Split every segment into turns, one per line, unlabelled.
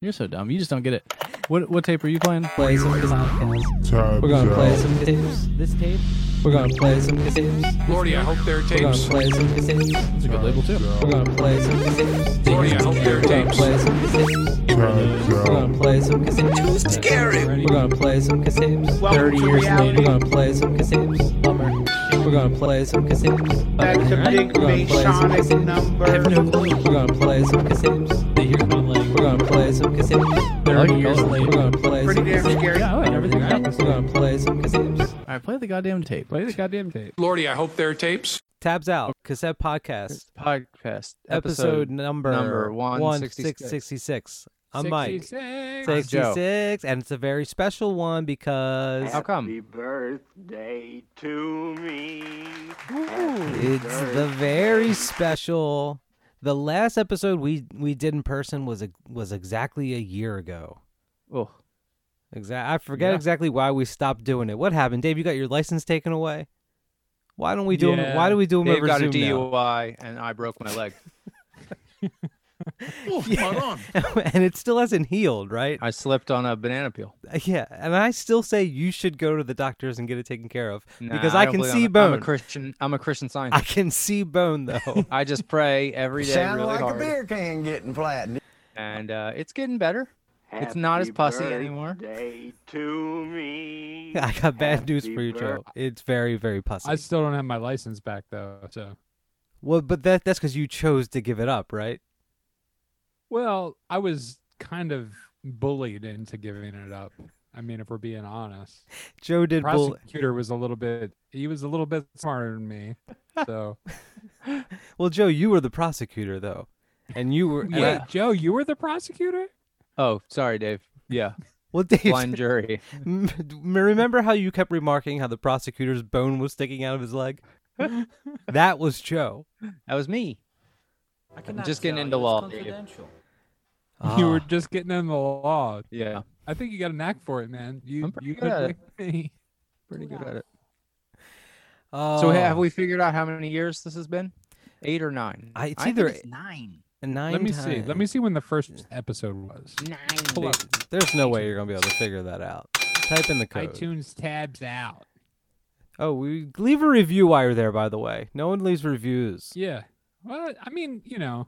You're so dumb. You just don't get it. What what tape are you playing?
play some design panels. We're gonna play some tapes.
This tape.
We're gonna play some tapes.
Lordy, I hope there are
We're gonna
tapes.
play some tapes.
It's a good label too.
We're gonna play some tapes.
Lordy, I hope there are
We're gonna
tapes.
play some tapes. We're gonna play some tapes. Too scary. We're gonna play some tapes. Thirty years later, we're gonna play some tapes. Bummer. We're gonna play some tapes.
That's a big Masonic number.
We're gonna play some cassettes. They hear my language. We're gonna play some cassettes.
I like
Thirty
the
years
color.
later, we're gonna play
Pretty
some
damn
cassettes.
scary.
Yeah, I like everything. All
We're gonna play some cassettes.
right, play the goddamn tape.
Play the goddamn tape.
Lordy, I hope there are tapes.
Tabs out. Cassette podcast.
Podcast
Episode, number
number 166.
1666. I'm Mike.
66.
Six. Joe.
66, and it's a very special one because
How come?
Happy birthday to me.
it's the very special. The last episode we we did in person was a, was exactly a year ago.
Oh,
Exactly. I forget
Yeah.
exactly why we stopped doing it. What happened, Dave? You got your license taken away. Why don't we do 'em-
Yeah.
Why do we do them
Dave
over
got
Zoom
a
now?
DUI and I broke my leg.
and it still hasn't healed, right? Uh,
I slipped on a banana peel.
Yeah, and I still say you should go to the doctors and get it taken care of
Nah,
because
I
I
don't
can
believe
see
I'm a- I'm
bone.
a Christian. I'm a Christian
I
scientist.
can see bone though.
I just pray every day
Sound
really
like
hard,
a beer can getting flattened.
and uh, it's getting better. It's not as
Happy
pussy anymore.
Birthday to me.
I got bad news
Happy
for you, Joe. It's very, very pussy.
I still don't have my license back though. So
well, but that that's because you chose to give it up, right?
well, I was kind of bullied into giving it up. I mean, if we're being honest,
Joe did bull.
prosecutor was a little bit. He was a little bit smarter than me. So
Well, Joe, you were the prosecutor though, and you were. and I-
Wait, Joe, you were the prosecutor? Oh, sorry, Dave. Yeah,
well, Dave.
blind jury.
m- m- remember how you kept remarking how the prosecutor's bone was sticking out of his leg? that was Joe.
That was me. I'm just getting into law. Dave.
You were
Ah.
just getting in the law.
Yeah,
I think you got a knack for it, man. You,
I'm pretty
you
good at it.
like me.
pretty good at it.
Oh.
So have we figured out how many years this has been? Eight or nine?
I- it's
think
either
it's nine.
Nine
Let me see. Let me see when the first episode was.
Nine.
Pull up
Big- There's no way you're gonna be able to figure that out. Type in the code.
iTunes tabs out.
Oh, we leave a review while you're there, by the way. No one leaves reviews.
Yeah. Well, I mean, you know,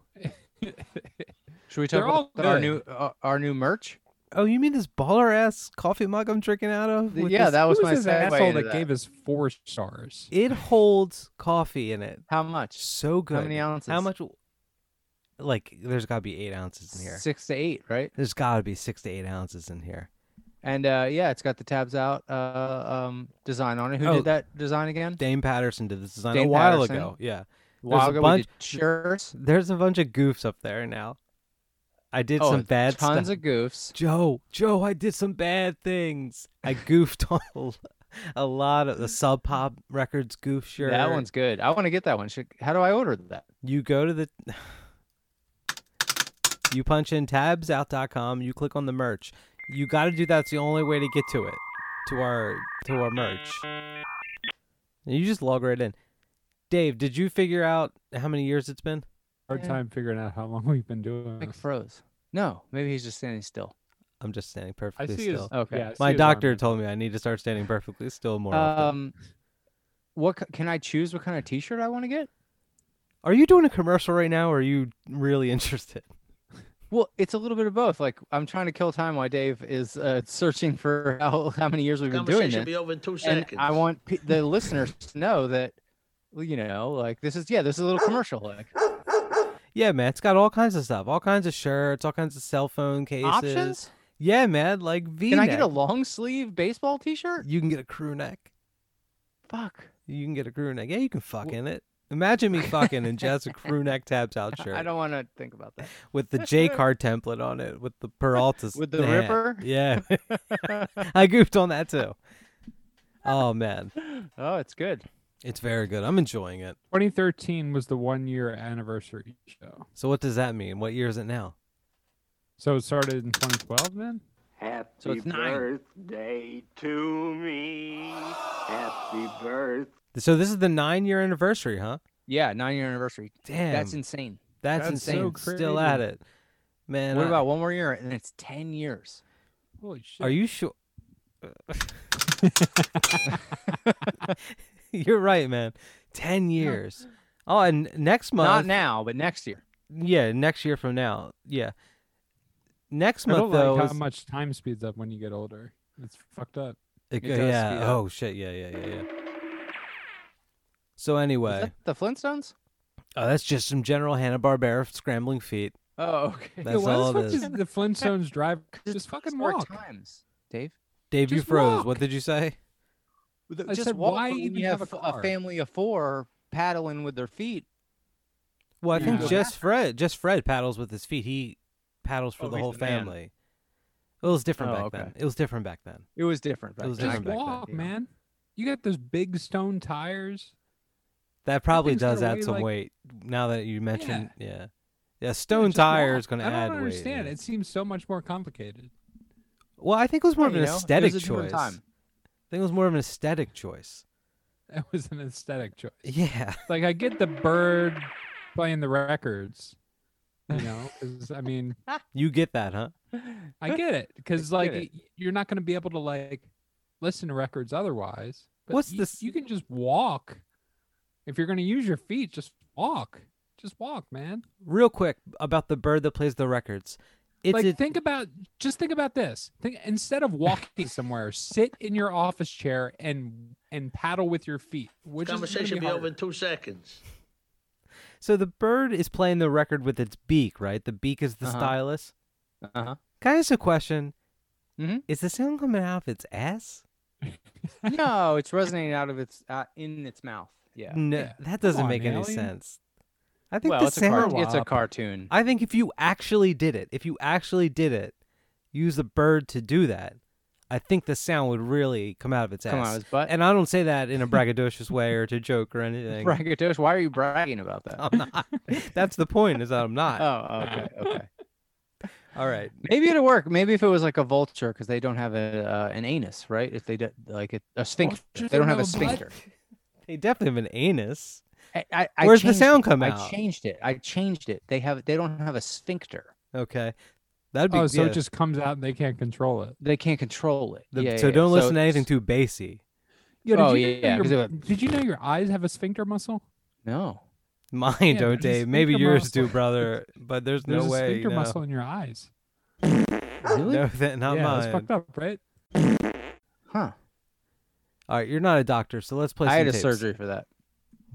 Should we
They're
talk
all
about our
good.
new uh, our new merch?
Oh, you mean this baller ass coffee mug I'm drinking out of? with
yeah,
this-
that was
who's
my
this
segue
asshole
into
that gave us four stars?
It holds coffee in it.
How much?
So good.
many ounces?
How much? Like, there's gotta be eight ounces in here.
Six to eight, right?
There's gotta be six to eight ounces in here.
And uh, yeah, it's got the tabs out uh, um, design on it. Who
Oh.
did that design again?
Dame Patterson did this design a
Dame
while
Patterson?
ago. Yeah.
Wow,
There's a
we
bunch.
did shirts.
There's a bunch of goofs up there now. I did
Oh,
some bad stuff.
tons of goofs.
Joe, Joe, I did some bad things. I goofed on a, l- a lot of the Sub Pop Records goof shirt.
That one's good. I want to get that one. Should, how do I order that?
You go to the. You punch in tabsout.com. You click on the merch. You got to do that. It's the only way to get to it, to our to our merch. And you just log right in. Dave, did you figure out how many years it's been?
Hard time figuring out how long we've been doing
Like
this.
froze. No, maybe he's just standing still.
I'm just standing
I
perfectly
see
still.
his.
Okay.
yeah, I see
My
his arm.
doctor told me I need to start standing perfectly still more often.
Um, what ki- can I choose? What kind of T-shirt I want to get?
Are you doing a commercial right now or are you really interested?
Well, it's a little bit of both. Like I'm trying to kill time while Dave is uh, searching for how, how many years we've been doing
Conversation will
this.
be over in two
and
seconds.
I want pe- the listeners to know that, well, you know, like this is yeah, this is a little commercial. Like
Yeah, man. It's got all kinds of stuff. All kinds of shirts, all kinds of cell phone cases.
options.
Yeah, man. Like V.
Can I get a long sleeve baseball T-shirt?
You can get a crew neck.
Fuck.
You can get a crew neck. Yeah, you can fuck in it. Imagine me fucking in just a crew neck tabs out shirt
I don't want to think about that.
with the J card template on it with the Peralta
With the
stamp.
ripper?
Yeah. I goofed on that too. Oh man.
Oh, it's good.
It's very good. I'm enjoying it.
2013 was the one year anniversary show.
So what does that mean? What year is it now?
So it started in 2012 then?
Happy
So it's nine.
birthday to me. Happy birthday.
So this is the nine year anniversary, huh?
Yeah, nine year anniversary.
Damn.
That's insane.
That's,
That's so
insane. Still at it. Man,
what
I-
about one more year and it's 10 years?
Holy shit.
Are you sure? You're right, man. Ten years. Oh, and next
Not
month.
now, but next year.
yeah, next year from now. Yeah. Next
I
month
don't
though.
like
is-
how much time speeds up when you get older. It's fucked up.
it
it
go-
does
yeah.
speed up.
Oh shit. Yeah. Yeah. Yeah. Yeah. So
Is
anyway,
that the Flintstones?
oh, that's just some general Hanna Barbera scrambling feet.
Oh, okay.
That's
why
all
the
it
fuck
is.
did the Flintstones drive? Just fucking
more
walk.
times, Dave.
Dave, you
Just
froze.
walk.
What did you say?
With-
I
just
said,
walk
why
when
even
you
have
have
a
a,
car?
family of four paddling with their feet.
Well, I
You
think
know.
just Fred, just Fred paddles with his feet. He paddles for
Oh,
the
he's
whole
the man.
family. It was different
Oh,
back
okay.
then. It was different back then.
It was different. Back
was
then.
Just
different back then,
walk,
yeah.
man. You got those big stone tires.
That probably
thing's gonna
does add
weigh,
some
like-
weight. Now that you mentioned, yeah, yeah, stone
just
tire
walk.
is going to
I don't
add
understand.
weight. yeah.
It seems so much more complicated.
Well, I think it was more
Yeah,
of an
you know, it was
aesthetic
a different
choice.
time.
I think it was more of an aesthetic choice.
It was an aesthetic choice.
Yeah,
Like I get the bird playing the records, you know. 'cause, I mean,
you get that, huh?
I get it because like
it.
y- you're not going to be able to like listen to records otherwise. But
What's
you,
this-
You can just walk. If you're going to use your feet, just walk. Just walk, man.
Real quick about the bird that plays the records. It's
like
a,
think about just think about this. Think instead of walking somewhere, sit in your office chair and and paddle with your feet. Which is gonna
Conversation be over
harder.
in two seconds.
so the bird is playing the record with its beak, right? The beak is the
Uh-huh.
stylus.
Uh-huh.
Can I ask a question?
Mhm.
Is the sound coming out of its ass?
no, it's resonating out of its uh, in its mouth. Yeah.
No,
Yeah.
that doesn't
on,
make any
Alien.
sense. I think
Well,
the
it's a,
sound.
cart- it's a cartoon.
I think if you actually did it, if you actually did it, use a bird to do that, I think the sound would really come out of its
Come
ass.
out of its butt?
And I don't say that in a braggadocious way or to joke or anything.
Braggadocious. Why are you bragging about that?
I'm not. That's the point. Is that I'm not.
Oh, okay, okay.
All right.
Maybe it'll work. Maybe if it was like a vulture, because they don't have a uh, an anus, right? If they do, like a, a sphincter,
Vultures
they don't
don't
have a
have a butt?
sphincter.
They definitely have an anus.
I, I, I
Where's the
changed
sound
it.
come
I
out?
changed it. I changed it. They have. They don't have a sphincter.
Okay. That'd be
Oh, so
yeah.
it just comes out and they can't control it.
They can't control it.
The-
yeah,
so
yeah,
don't
yeah.
listen to
it's-
anything too bassy.
Yo, did
Oh,
you know
yeah, 'cause
your-
it
did you know your eyes have a sphincter muscle?
No.
Mine
Yeah,
don't,
there's a
Dave. Maybe
sphincter
yours
muscle.
do, brother. But there's
There's
no
a
way.
sphincter
no.
muscle in your eyes.
Really?
No, that, not
yeah,
mine.
that's fucked up, right?
Huh.
All right, you're not a doctor, so let's play.
I
some
had a
tapes.
surgery for that.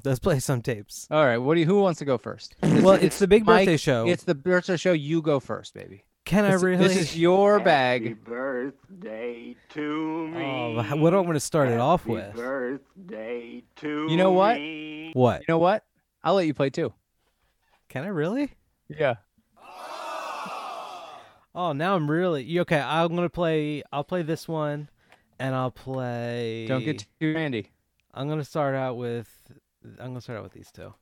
Let's play some tapes.
All right. What do you? Who wants to go first?
well, it's, the big
Mike,
birthday show.
It's the birthday show. You go first, baby.
Can I
This-
really?
This is your
Happy
bag.
birthday to me.
oh, h- what do I want to start it off
Happy
with?
birthday to
You know what?
me.
What?
You know what? I'll let you play too.
Can I really?
Yeah.
Oh, now I'm really you- okay. I'm gonna play. I'll play this one, and I'll play.
Don't get too randy.
I'm gonna start out with. I'm gonna start out with these two.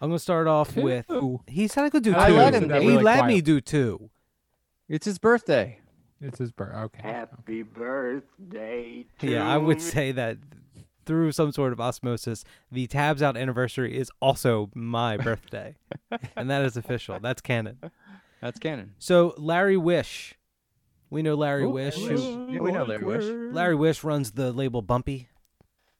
I'm gonna start off with.
Two.
He said I could do two.
I let him,
He
Dave.
let
Really
me
quiet.
do two.
It's his birthday.
It's his bird. Okay.
Happy birthday to
Yeah, I would
me.
say that through some sort of osmosis, the Tabs Out anniversary is also my birthday, and that is official. That's canon.
That's canon.
So Larry Wish, we know Larry
Ooh,
Wish.
Larry
who-
Wish. Yeah, we know Larry Wish.
Larry Wish runs the label Bumpy,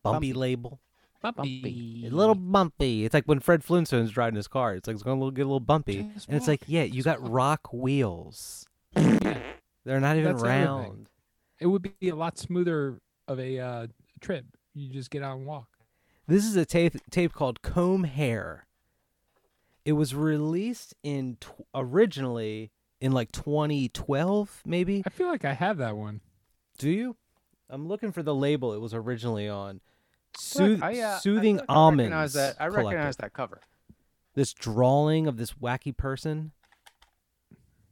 Bumpy, label.
Bumpy.
A little bumpy. It's like when Fred Flintstone's driving his car. It's like it's gonna get a little bumpy,
Just
and it's like,
walk,
yeah, you got rock wheels.
Yeah.
They're not even
That's everything.
round.
It would be a lot smoother of a uh, trip. You just get out and walk.
This is a tape tape called Comb Hair. It was released in tw- originally in like 2012, maybe.
I feel like I have that one.
Do you? I'm looking for the label it was originally on.
Look,
Sooth-
I, uh, I
soothing
feel like I
almonds.
recognize that. I
Collective.
recognize that cover.
This drawing of this wacky person.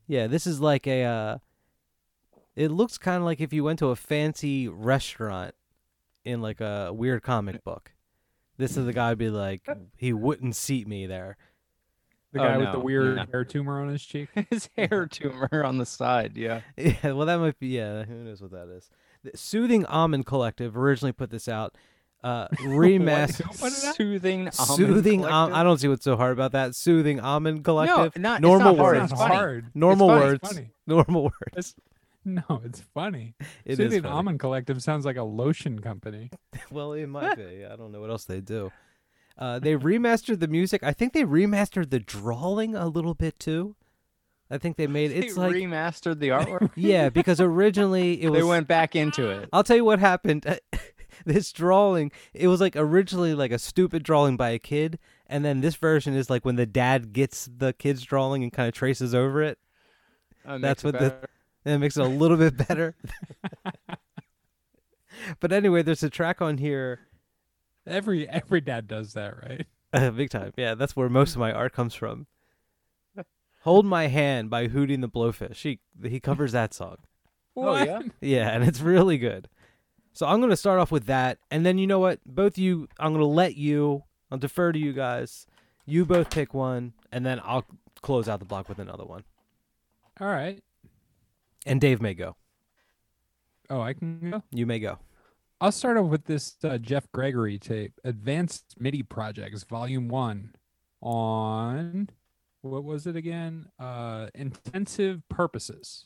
Yeah, this is like a. Uh, it looks kind of like if you went to a fancy restaurant in like a weird comic book. This is the guy be like, he wouldn't seat me there.
The
Oh,
guy with the
no,
weird
no.
hair tumor on his cheek.
His hair tumor on the side. Yeah.
Yeah, well, that might be. Yeah, who knows what that is? The Soothing Almond Collective originally put this out. uh, remaster.
What is that?
Soothing,
Soothing, um, I don't see what's so hard about that. Soothing almond collective.
not- it's
normal
not hard,
words.
it's
It's
funny.
hard.
Normal
funny,
words.
it's funny.
Normal words.
No, it's funny.
It is
Soothing
funny.
Almond Collective sounds like a lotion company.
Well, it might be. I don't know what else they do. Uh, they remastered the music. I think they remastered the drawing a little bit too. I think they made it's like
remastered the artwork.
yeah, because originally it was.
they went back into it.
I'll tell you what happened. this drawing, it was like originally like a stupid drawing by a kid, and then this version is like when the dad gets the kid's drawing and kind of traces over it.
Uh,
That's
makes it
what the-
better.
and it makes it a little bit better. but anyway, there's a track on here,
Every every dad does that, right?
uh, big time. Yeah, that's where most of my art comes from. "Hold My Hand" by Hooting the Blowfish. He he covers that song.
Oh yeah.
Yeah, and it's really good. So I'm going to start off with that, and then you know what? Both you, I'm going to let you. I'll defer to you guys. You both pick one, and then I'll close out the block with another one.
All right.
And Dave may go.
Oh, I can go.
You may go.
I'll start off with this uh, Jeff Gregory tape, Advanced MIDI Projects, Volume One, on what was it again? Uh, intensive purposes.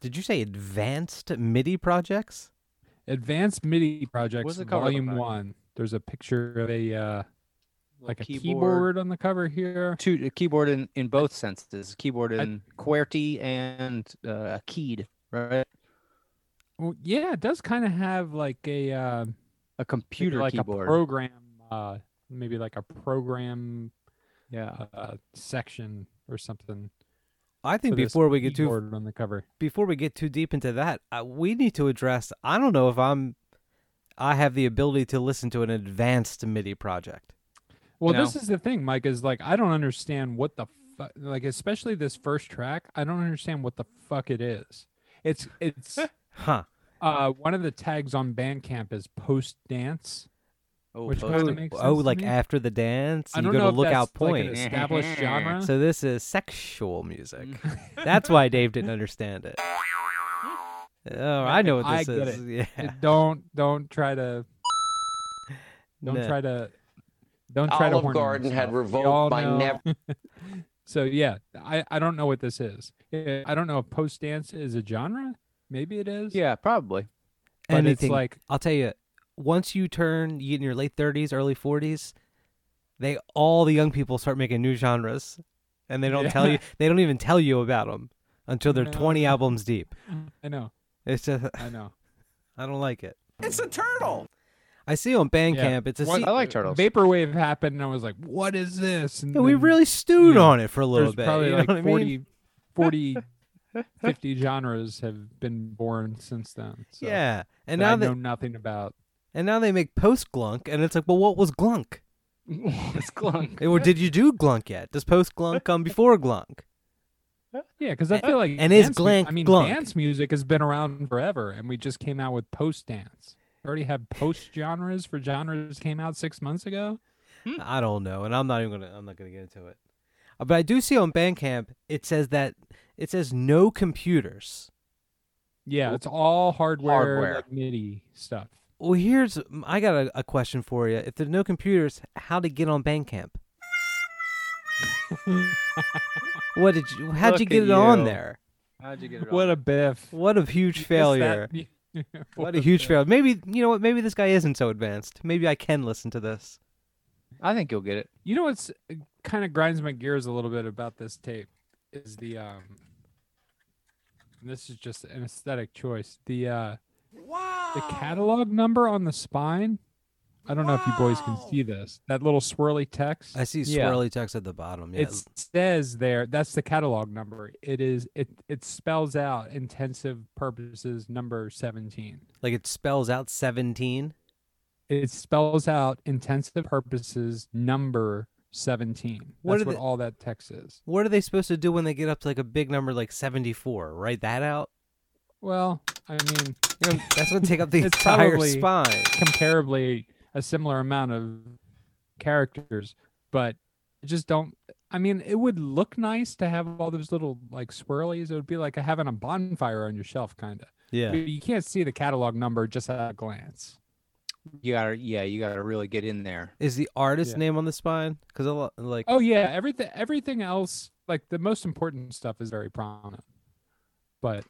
Did you say advanced MIDI projects?
Advanced MIDI Projects,
What's the cover look
Volume
like?
One. There's a picture of a uh, like a keyboard. on the cover here.
Two a keyboard in, in both senses. Keyboard in QWERTY and uh, keyed, right?
Well, yeah, it does kind of have like a uh, maybe
A computer
like a
keyboard.
program, uh, maybe like a program
yeah.
uh, section or something.
I think
for this
before we get too
keyboard on the cover.
before we get too deep into that, uh, we need to address. I don't know if I'm, I have the ability to listen to an advanced MIDI project.
Well,
No.
this is the thing, Mike, is like I don't understand what the fuck like especially this first track, I don't understand what the fuck it is. It's it's
Huh?
uh one of the tags on Bandcamp is post dance.
Oh,
Which
post-
kinda makes
oh,
sense to
like
me.
after the dance,
I
you
don't
go
know
to
if
lookout
that's, like, an
point.
established genre.
so this is sexual music.
Mm-hmm.
That's why Dave didn't understand it. Oh, I know what
I
this
get
is. Yeah.
don't don't try to don't
No.
try to don't try to
Olive
horn
Garden had
yourself. We
revolt
all
by
know-
never-
so yeah, I I don't know what this is. I I don't know if post dance is a genre. Maybe it is.
yeah, probably.
but
Anything.
it's like
I'll tell you, once you turn you get in your late thirties, early forties, they all the young people start making new genres, and they don't tell you. They don't even tell you about them until they're
No.
twenty albums deep.
I know,
It's just
I know.
I don't like it. It's a turtle. I see on Bandcamp. It's a.
What-
se-
I like turtles.
Vaporwave happened, and I was like, "What is this?" And
Yeah, we
then
really stewed
yeah,
on it for a little
there's
bit.
probably
you know
like
what I mean?
40, 40, 50 genres have been born since then. So,
yeah, and
that
now
I know
that
nothing about.
and now they make post Glunk, and it's like, well, what was Glunk?
it's glunk.
Or did you do Glunk yet? Does post Glunk come before Glunk?
Yeah, because I
And-
feel like
and is
dance mu-
glank
I mean,
glunk.
dance music has been around forever, and we just came out with post dance. We already have post genres for genres came out six months ago.
I don't know, and I'm not even gonna. I'm not gonna get into it. Uh, But I do see on Bandcamp it says that it says no computers.
Yeah, it's all hardware,
Hardware.
like MIDI stuff.
Well, here's I got a, a question for you. If there's no computers, how to get on Bandcamp? what did you? How'd you
Look
get
at
it on
you.
there?
How'd you get it?
What a biff!
What a huge failure! What a huge failure! Maybe you know what? Maybe this guy isn't so advanced. Maybe I can listen to this.
I think you'll get it.
You know what's kind of grinds my gears a little bit about this tape is the um and this is just an aesthetic choice. The uh the catalog number on the spine. I don't know if you boys can see this. That little swirly text.
I see
Yeah.
swirly text at the bottom. Yeah,
It says there that's the catalog number. It is it it spells out intensive purposes number 17.
like it spells out seventeen.
It spells out intensive purposes number 17. That's
What
what,
are the-
all that text is.
What are they supposed to do when they get up to like a big number like 74? Write that out?
Well, I mean,
You know, that's going to take up the
It's
entire
probably-
spine.
comparably a similar amount of characters, but I just don't. I mean, it would look nice to have all those little like swirlies. It would be like having a bonfire on your shelf, kind of.
Yeah.
You can't see the catalog number just at a glance.
You gotta, yeah, you gotta really get in there.
Is the artist
Yeah.
name on the spine? Because like
Oh yeah, everything everything else like the most important stuff is very prominent. But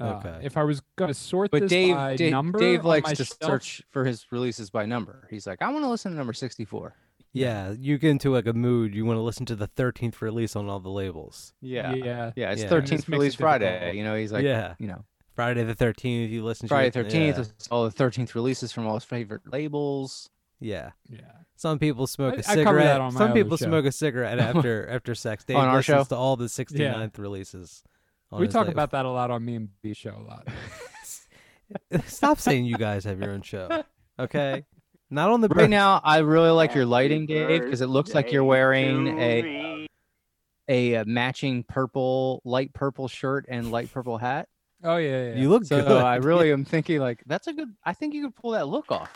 uh,
Okay.
if I was gonna sort
But
this
Dave,
by
Da-
number,
Dave
on
likes
my
to
shelf-
search for his releases by number. He's like, I want to listen to number sixty-four.
yeah, you get into like a mood. You want to listen to the thirteenth release on all the labels.
Yeah, yeah,
yeah.
it's
Yeah.
This
thirteenth
makes it
release
difficult.
Friday. You know, he's like,
yeah,
you know,
Friday the thirteenth. You listen
Friday
to it-
thirteenth, all the thirteenth releases from all his favorite labels.
Yeah, yeah.
Yeah.
Some people smoke a
I cover that
cigarette.
on my
Some
other
people
show.
smoke a cigarette after after sex. Dave
On our
listens
show?
to all the 69th releases. on
We
his
talk
label.
about that a lot on me and B show a lot.
Stop saying you guys have your own show, okay? Not on the
Right
bird-
now, I really like your
Happy
lighting, Dave, because it looks like you're
birthday
wearing
to
a
me.
a uh, matching purple, light purple shirt and light purple hat.
Oh yeah, yeah.
You look
So
good.
I really am thinking like that's a good. I think you could pull that look off.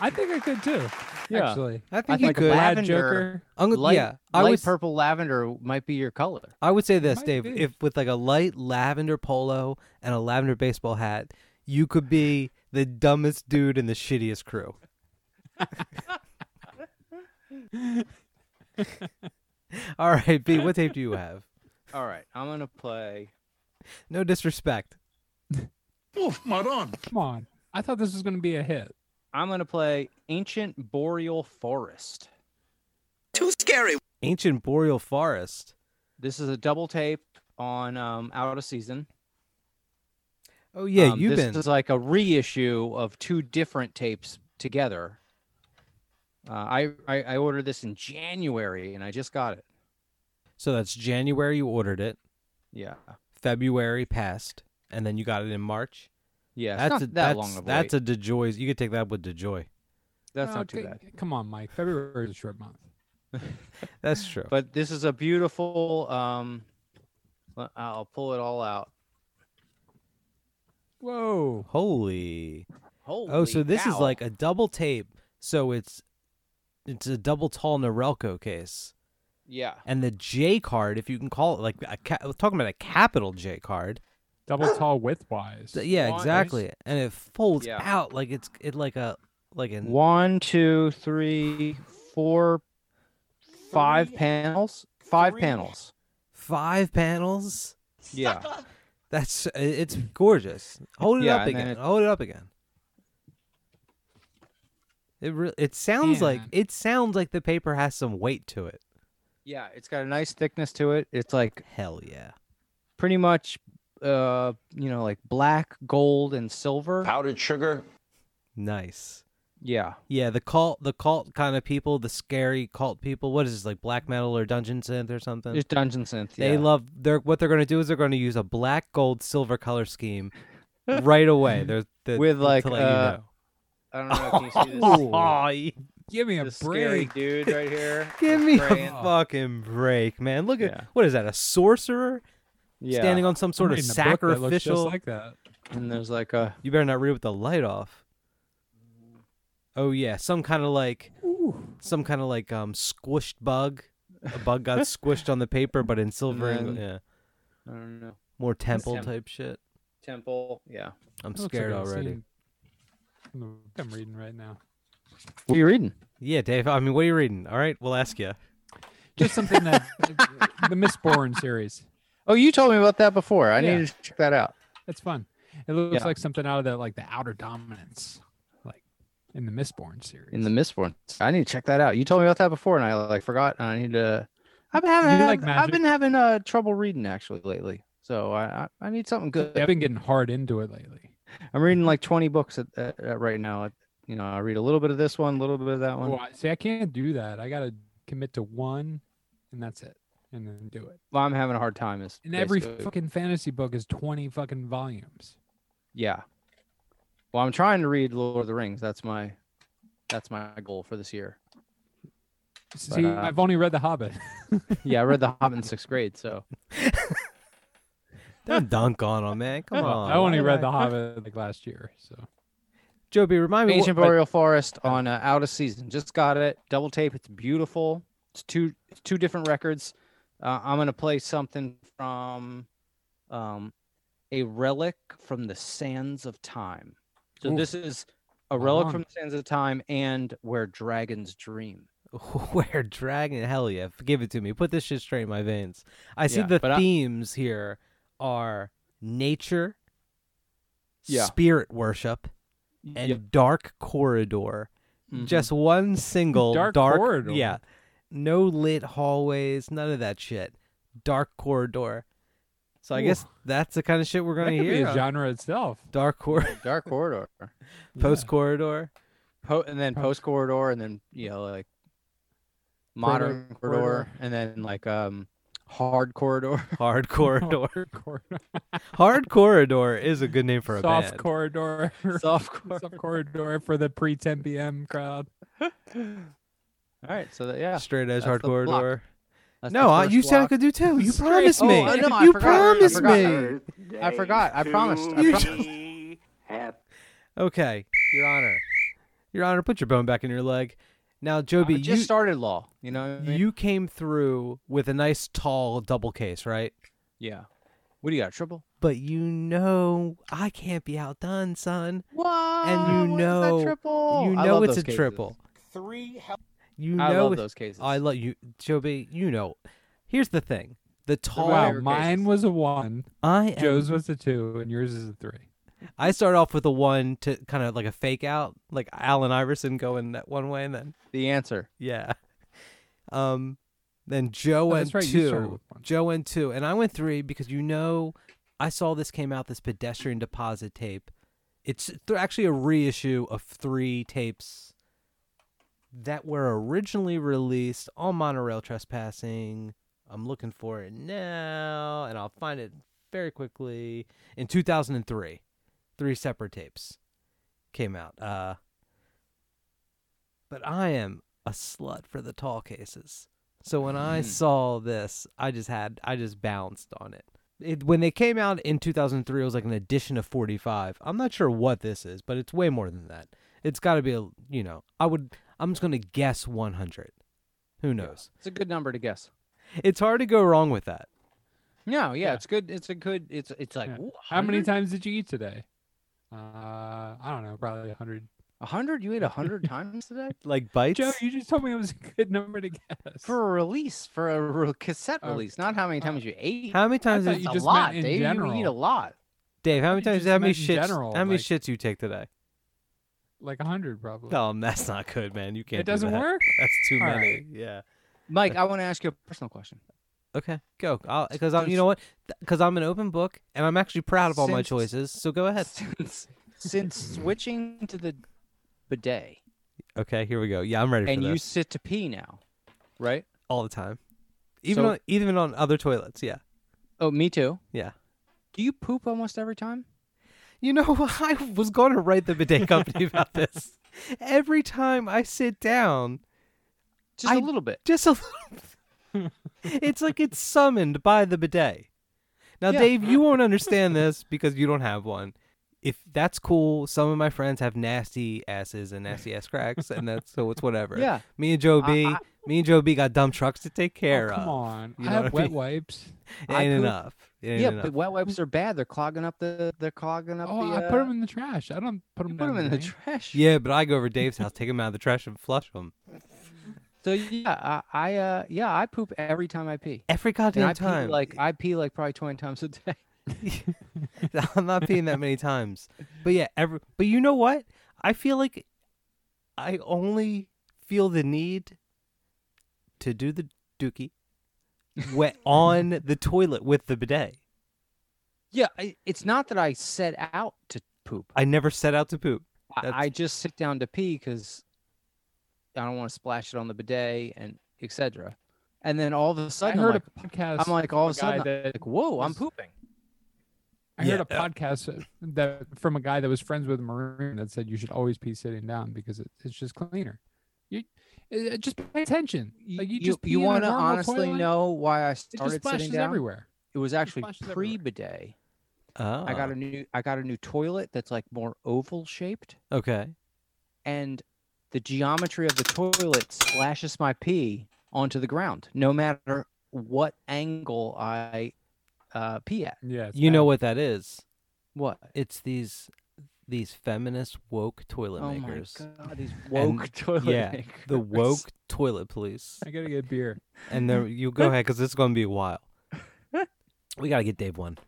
I think I could too.
Yeah.
Actually.
I think
I'd
you
like a
could.
black-
Bad
Lavender.
Joker.
I'm gonna,
Light,
yeah, I
light
would. s-
purple lavender might be your color.
I would say this,
Might
Dave.
be.
If with like a light lavender polo and a lavender baseball hat, you could be the dumbest dude in the shittiest crew. All right, B. What tape do you have?
All right, I'm gonna play.
No disrespect.
Come on. I thought this was gonna be a hit.
I'm gonna play Ancient Boreal Forest.
Ancient boreal forest.
This is a double tape on um, Out of Season.
Oh yeah,
Um,
you've
this
been.
is like a reissue of two different tapes together. Uh, I, I I ordered this in January and I just got it.
So that's January. You ordered it.
Yeah,
February passed, and then you got it in March.
yeah.
that's
That's it's not
a,
that
that's,
long of a
That's
wait.
a DeJoy's. You could take that with DeJoy.
that's
No,
not too
c-
bad.
Oh, Come on, Mike. February is a short month.
That's true.
But this is a beautiful. Um, l- I'll pull it all out.
Whoa.
Holy.
Holy
oh, so this is
cow.
like a double tape. So it's it's a double tall Norelco case,
yeah.
and the J card, if you can call it like a ca- we're talking about a capital J card.
Double tall width wise.
So- yeah,
Nice.
exactly. And it folds
Yeah.
out like it's it like a like an
One, two, three, four, five panels. Five panels.
five panels.
Yeah.
That's uh, it's gorgeous. Hold it
Yeah,
up
and then
again.
it-
Hold it up again. It re- it sounds like
Man.
it sounds like the paper has some weight to it.
Yeah. It's got a nice thickness to it. It's like
Hell yeah.
pretty much, uh, you know, like black, gold, and silver.
Powdered sugar.
Nice.
Yeah.
Yeah, the cult the cult kind of people, the scary cult people. What is this like black metal or dungeon synth or something?
It's dungeon synth.
they
yeah.
love they're what they're going to do is they're going to use a black gold silver color scheme right away. There's the,
With,
to
like,
let
uh,
you know.
I don't know if you see this,
Oh, y-
Give me a
this scary
break.
dude right here.
Give me a
Praying.
Oh.
fucking break, man. Look at
Yeah.
what is that? A sorcerer
Yeah.
standing on some sort of sacrificial.
like that.
and there's like a
You better not read with the light off. Oh yeah, some kind of like, some kind of like um squished bug. A bug got squished on the paper, but in silver. and-
then-
yeah,
I don't know
more temple
temp-
type shit.
temple. Yeah.
I'm
That looks
scared
like I've
already.
seen from the book I'm reading right now.
What are you reading?
Yeah, Dave. I mean, what are you reading? All right, we'll ask you.
Just something that the Mistborn series.
Oh, you told me about that before. I
Yeah.
need to check that out.
That's fun. It looks
Yeah.
like something out of the like the Outer Dominance, like in the Mistborn series.
in the Mistborn. I need to check that out. You told me about that before, and I like forgot. And I need to. I've been having.
You like
I've- I've been having uh, trouble reading actually lately, so I I, I need something good.
I've been getting hard into it lately.
I'm reading like 20 books at, at, at right now. You know, I read a little bit of this one, a little bit of that one.
Well, I- see, I can't do that. I gotta commit to one, and that's it, and then do it.
Well, I'm having a hard time. Is
And every
basically-
fucking fantasy book is twenty fucking volumes.
yeah. Well, I'm trying to read Lord of the Rings. That's my that's my goal for this year.
See,
uh,
I've only read The Hobbit.
yeah, I read The Hobbit in sixth grade, so
Don't dunk on him, man. Come on.
I only
Why
read
did I-
The Hobbit like last year. So
Joby, remind me.
Ancient
what,
Boreal Forest on uh, Out of Season. Just got it. Double tape. It's beautiful. It's two it's two different records. Uh, I'm gonna play something from um, a relic from the sands of time. So this is A Relic
on.
from the Sands of Time, and Where Dragons Dream.
Where dragon? Hell yeah! f- Give it to me. Put this shit straight in my veins. I see
Yeah,
the
but I-
themes here are nature,
Yeah.
spirit worship, and
Yep.
dark corridor.
Mhm.
Just one single
Dark corridor.
Yeah, no lit hallways, none of that shit. Dark corridor. So I
Ooh.
guess that's the kind of shit we're
That
gonna
could be
hear.
a genre itself.
Dark corridor,
Dark Corridor,
post corridor.
po- and then Post Corridor, and then you know like Modern
Proto-
corridor,
corridor.
and then like um Hard Corridor.
Hard corridor.
Dark corridor.
Hard corridor is a good name for a
Soft
band.
corridor.
Soft Corridor.
Soft corridor for the pre 10 p.m. crowd.
All right, so that, yeah,
Straight edge
That's
hard
the block.
corridor.
that's the
No, I,
first
you said I
block.
could do two. You
Straight-
promised
oh,
me.
I know, I
you
forgot. I
promised
forgot.
me.
I forgot. I promised. I
You
promised.
Okay, Your Honor. Your Honor, put your bone back in your leg. Now,
I
Joby,
just
you
started law. You know. What I mean?
you came through with a nice tall double case, right?
Yeah. What do you got? Triple.
But you know I can't be outdone, son.
Wow.
you know-
triple.
you
Oh, I
know
love
it's
those
a
cases.
triple.
Three hell
You
I
know
love
it's-
those cases.
I love you, Joby. You know. Here's the thing. The tall.
Wow,
favorite
mine
cases.
was a one,
I am
Joe's was a two, and yours is a three.
I start off with a one to kind of like a fake out, like Allen Iverson going that one way, and then
the answer.
yeah, um, then Joe
Oh,
went
that's right, you started
two,
with one.
Joe went two, and I went three because you know I saw this came out this pedestrian deposit tape. It's th- actually a reissue of three tapes that were originally released on monorail trespassing. I'm looking for it now, and I'll find it very quickly. In 2003, three separate tapes came out. Uh, but I am a slut for the tall cases. So when I saw this, I just had I just bounced on it. it. When they came out in 2003, it was like an edition of 45. I'm not sure what this is, but it's way more than that. It's got to be a you know I would I'm just gonna guess 100. Who knows?
It's a good number to guess.
It's hard to go wrong with that.
No, yeah,
Yeah.
it's good. It's a good. It's it's like
Yeah.
ooh,
How many
100?
times did you eat today? Uh, I don't know, probably a hundred.
A hundred? You ate a hundred times today
Like bites.
Joe, you just told me it was a good number to guess.
for a release for a re- cassette
Oh,
release. Not how many times you ate.
Uh, How many times?
thought
Did,
you
a
just meant
lot,
in
Dave. You eat a
general.
lot.
Dave, how many
you
times?
just
How many
meant in
shits?
general,
how many
like-
shits you take today?
like a hundred, probably.
Oh, that's not good, man. You can't.
it
do
doesn't
that.
work.
That's too
All
many.
right.
Yeah. Uh,
Mike, I want to ask you a personal question.
Okay, go. I'll Because I'm, you know what? Because I'm an open book, and I'm actually proud of all my
Since-
choices. So go ahead.
Since, since switching to the bidet,
Okay, here we go. Yeah, I'm ready
and
for
you
this
sit to pee now, right?
all the time, even
So-
on, even on other toilets. Yeah,
Oh, me too.
yeah.
Do you poop almost every time?
You know, I was going to write the bidet company about this. Every time I sit down,
Just a
I-
little bit.
just a little- it's like it's summoned by the bidet. Now,
Yeah.
Dave, you won't understand this because you don't have one. If that's cool, some of my friends have nasty asses and nasty ass cracks, and that's so it's whatever.
Yeah.
Me and Joe
I-
B,
I-
me and Joe B got dumb trucks to take care
oh, come
of.
on.
You know
I
what
have
I
wet
mean?
wipes.
It
I
Ain't
poop.
enough. It ain't
yeah,
enough.
but wet wipes are bad. They're clogging up the. They're clogging up
Oh,
the.
I put
uh,
them in the trash. I don't put them,
you put 'em in the trash.
yeah, but I go over to Dave's house, take him out of the trash, and flush him
So yeah, I, I uh yeah, I poop every time I pee.
every
And
goddamn
I
time.
pee like I pee like probably twenty times a day.
I'm not peeing that many times. But yeah, every but you know what? I feel like I only feel the need to do the dookie wet on the toilet with the bidet.
Yeah, I, it's not that I set out to poop.
I never set out to poop.
I,
That's-
I just sit down to pee because I don't want to splash it on the bidet and etc. And then all of a
I
sudden,
heard
I'm,
a podcast.
like, I'm like all of a
a guy
sudden, I'm
that
like, whoa, I'm
was-
pooping.
I heard
Yeah.
a podcast that from a guy that was friends with Maroon that said you should always pee sitting down because it, it's just cleaner. You uh, just pay attention. Like you, just pee in a
wanna
normal
honestly
toilet,
know why I
it just
started
splashes
sitting down?
everywhere.
It was actually
splashes everywhere.
pre bidet.
Oh.
I got a new I got a new toilet that's like more oval shaped,
Oh, Okay.
and the geometry of the toilet splashes my pee onto the ground, no matter what angle I uh, pee at.
Yeah, it's
You know
bad.
what that is?
What?
It's these these feminist woke toilet
Oh my
makers.
god, these woke toilet
yeah,
makers.
The woke toilet police.
I gotta get beer.
And then you go ahead because it's going to be a while. We got to get Dave one.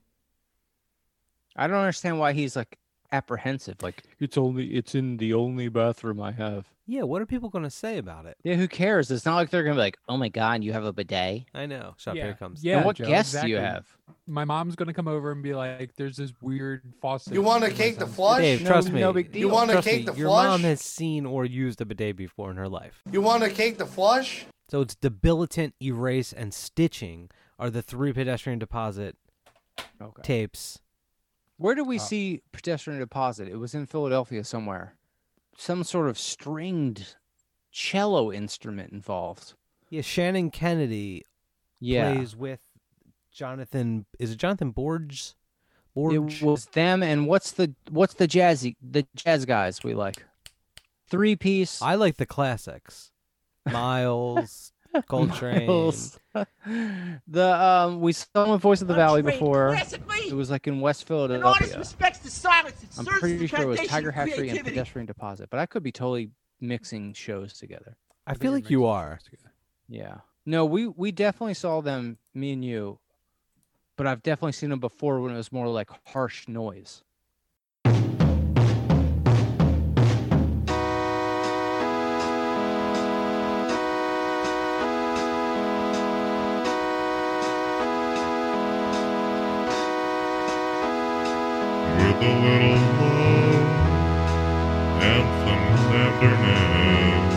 I don't understand why he's like apprehensive. Like it's only it's in the only bathroom I have.
Yeah, what are people going to say about it?
Yeah, who cares? It's not like they're gonna be like, oh my god, you have a bidet.
I know. Shop here
Yeah.
it comes.
Yeah.
and what
Joe,
guests do you
exactly.
have?
My mom's gonna come over and be like, "There's this weird faucet."
You want to
in my
cake the
son's-
flush?
Dave, trust me.
no big
You want to
Trust
cake
me,
the
your mom
flush?
has seen or used a bidet before in her life.
You want to cake the flush?
So it's debilitant, erase, and stitching are the three pedestrian deposit
Okay.
tapes.
Where did we see pedestrian deposit? It was in Philadelphia somewhere. Some sort of stringed cello instrument involved.
Yeah, Shannon Kennedy
Yeah.
plays with Jonathan. Is it Jonathan Borges? Borge.
It was them and what's the what's the jazzy the jazz guys we like? Three piece.
I like the classics. Miles, Coltrane.
Miles. the um we saw him Voice of the Valley before. It was like in West Philadelphia.
respects the silence. It
I'm
serves
pretty
the
sure it was
foundation
Tiger
of
Hatchery and
creativity.
Pedestrian Deposit, but I could be totally mixing shows together.
I
think
feel
it
like
makes
you
sense
are.
together.
Yeah. No, we we definitely saw them, me and you, but I've definitely seen them before when it was more like harsh noise.
with a little love and some tenderness.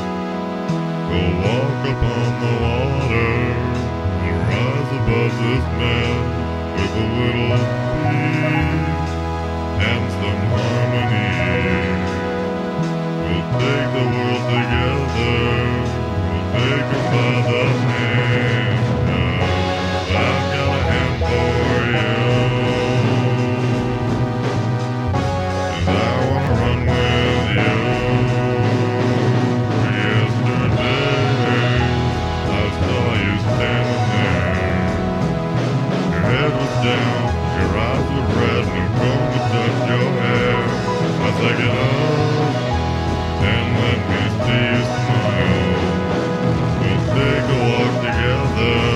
Go walk upon the water and rise above this mess with a little peace and some harmony. We'll take the world together. We'll take it by the hand. Now, I've got a hand for you. I wanna run with you. Yesterday, I saw you standing there. Your head was down, your eyes were red, no comb to touch your hair. I said, get up and let me see you smile. We'll take a walk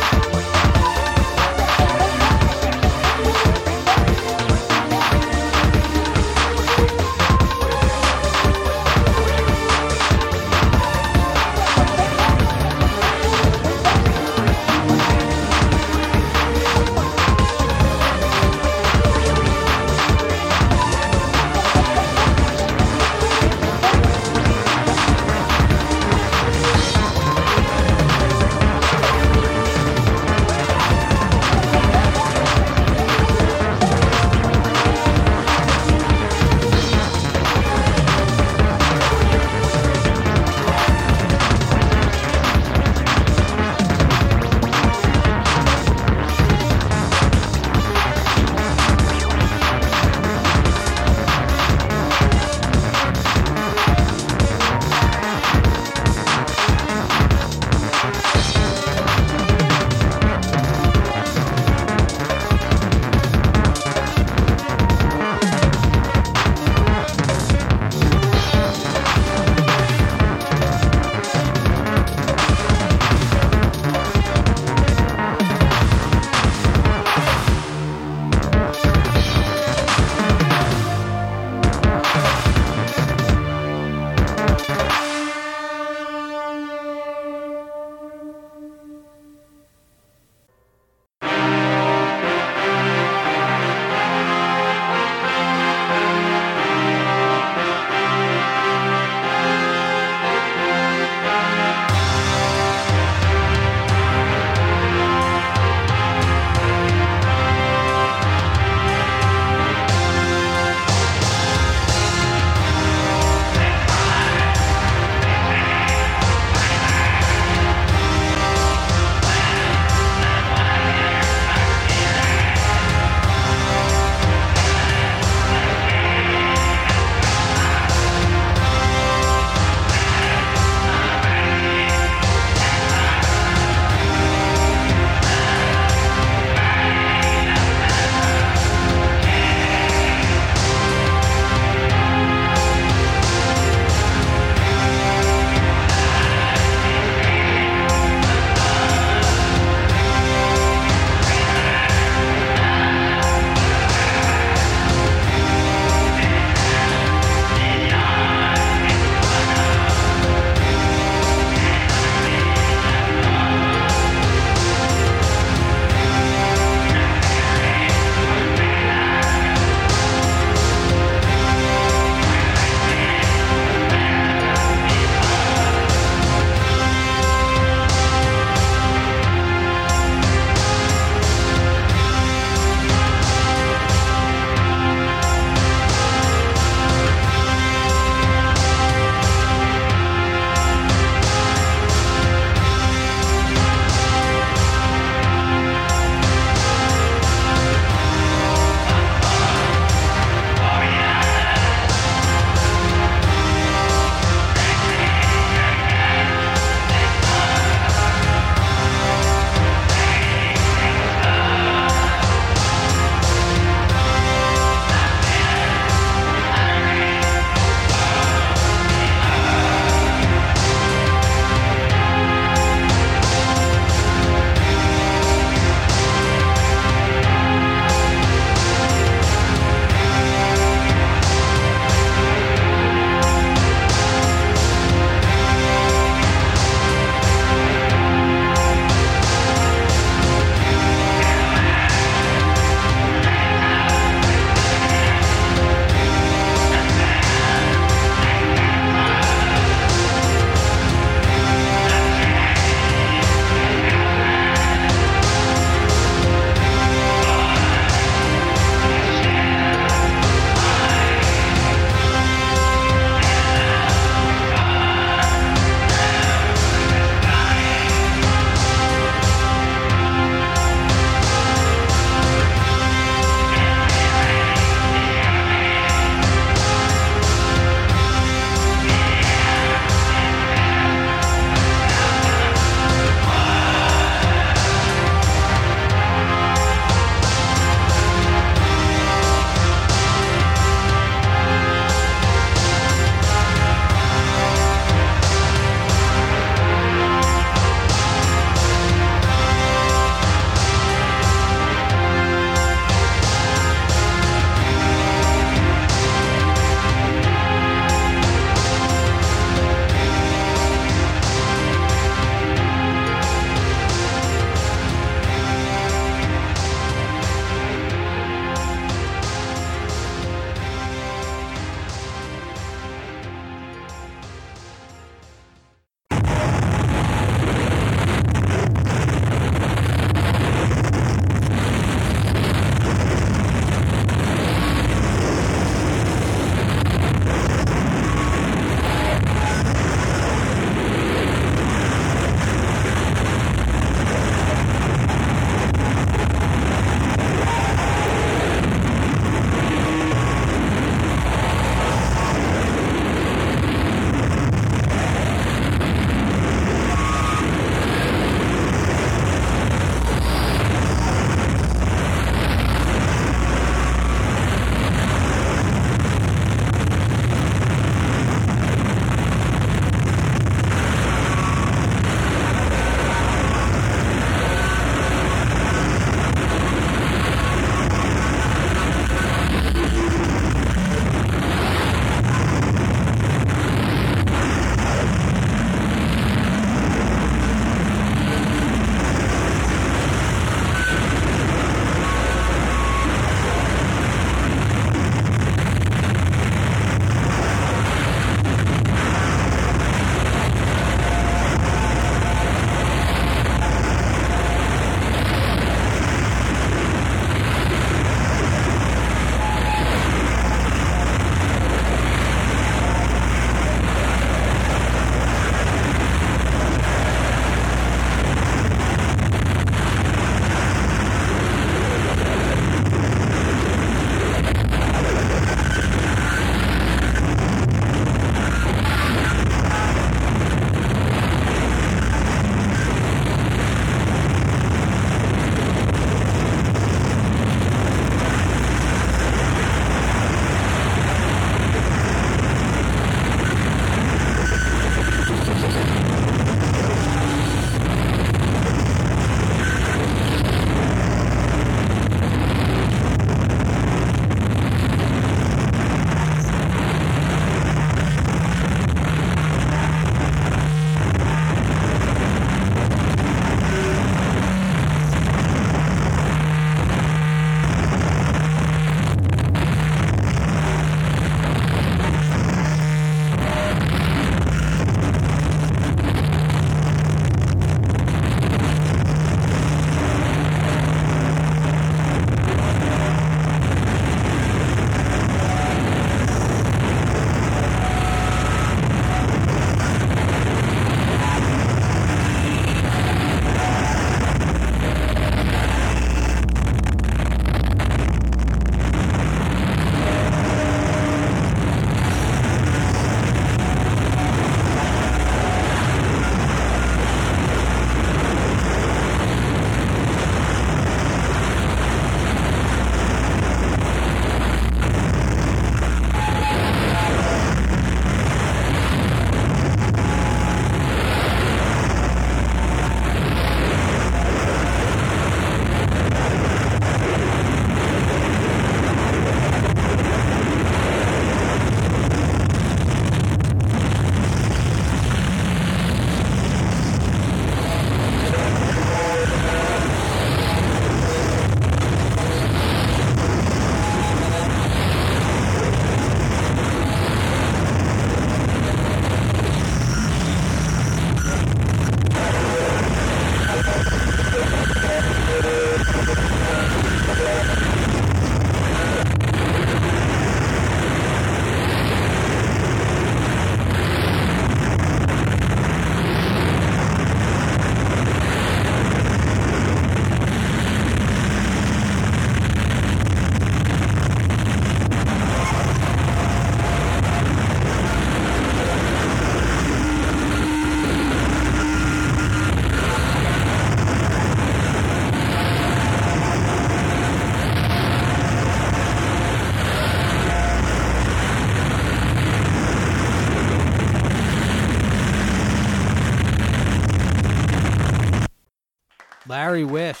Larry Wish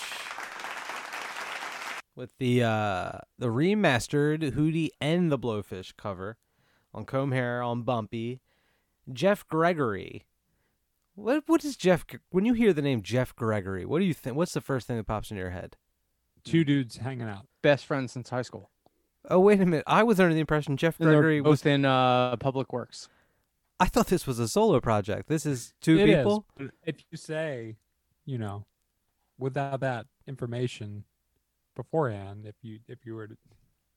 with the uh, the remastered Hootie and the Blowfish cover on Comb Hair on Bumpy. Jeff Gregory. What what is Jeff? G- When you hear the name Jeff Gregory, what do you think? What's the first thing that pops into your head?
Two dudes hanging out.
Best friends since high school.
Oh wait a minute! I was under the impression Jeff
And they're
Gregory was.
both in uh, public works.
I thought this was a solo project. This is two
It is,
people.
but if you say, you know, without that information beforehand, if you if you were to,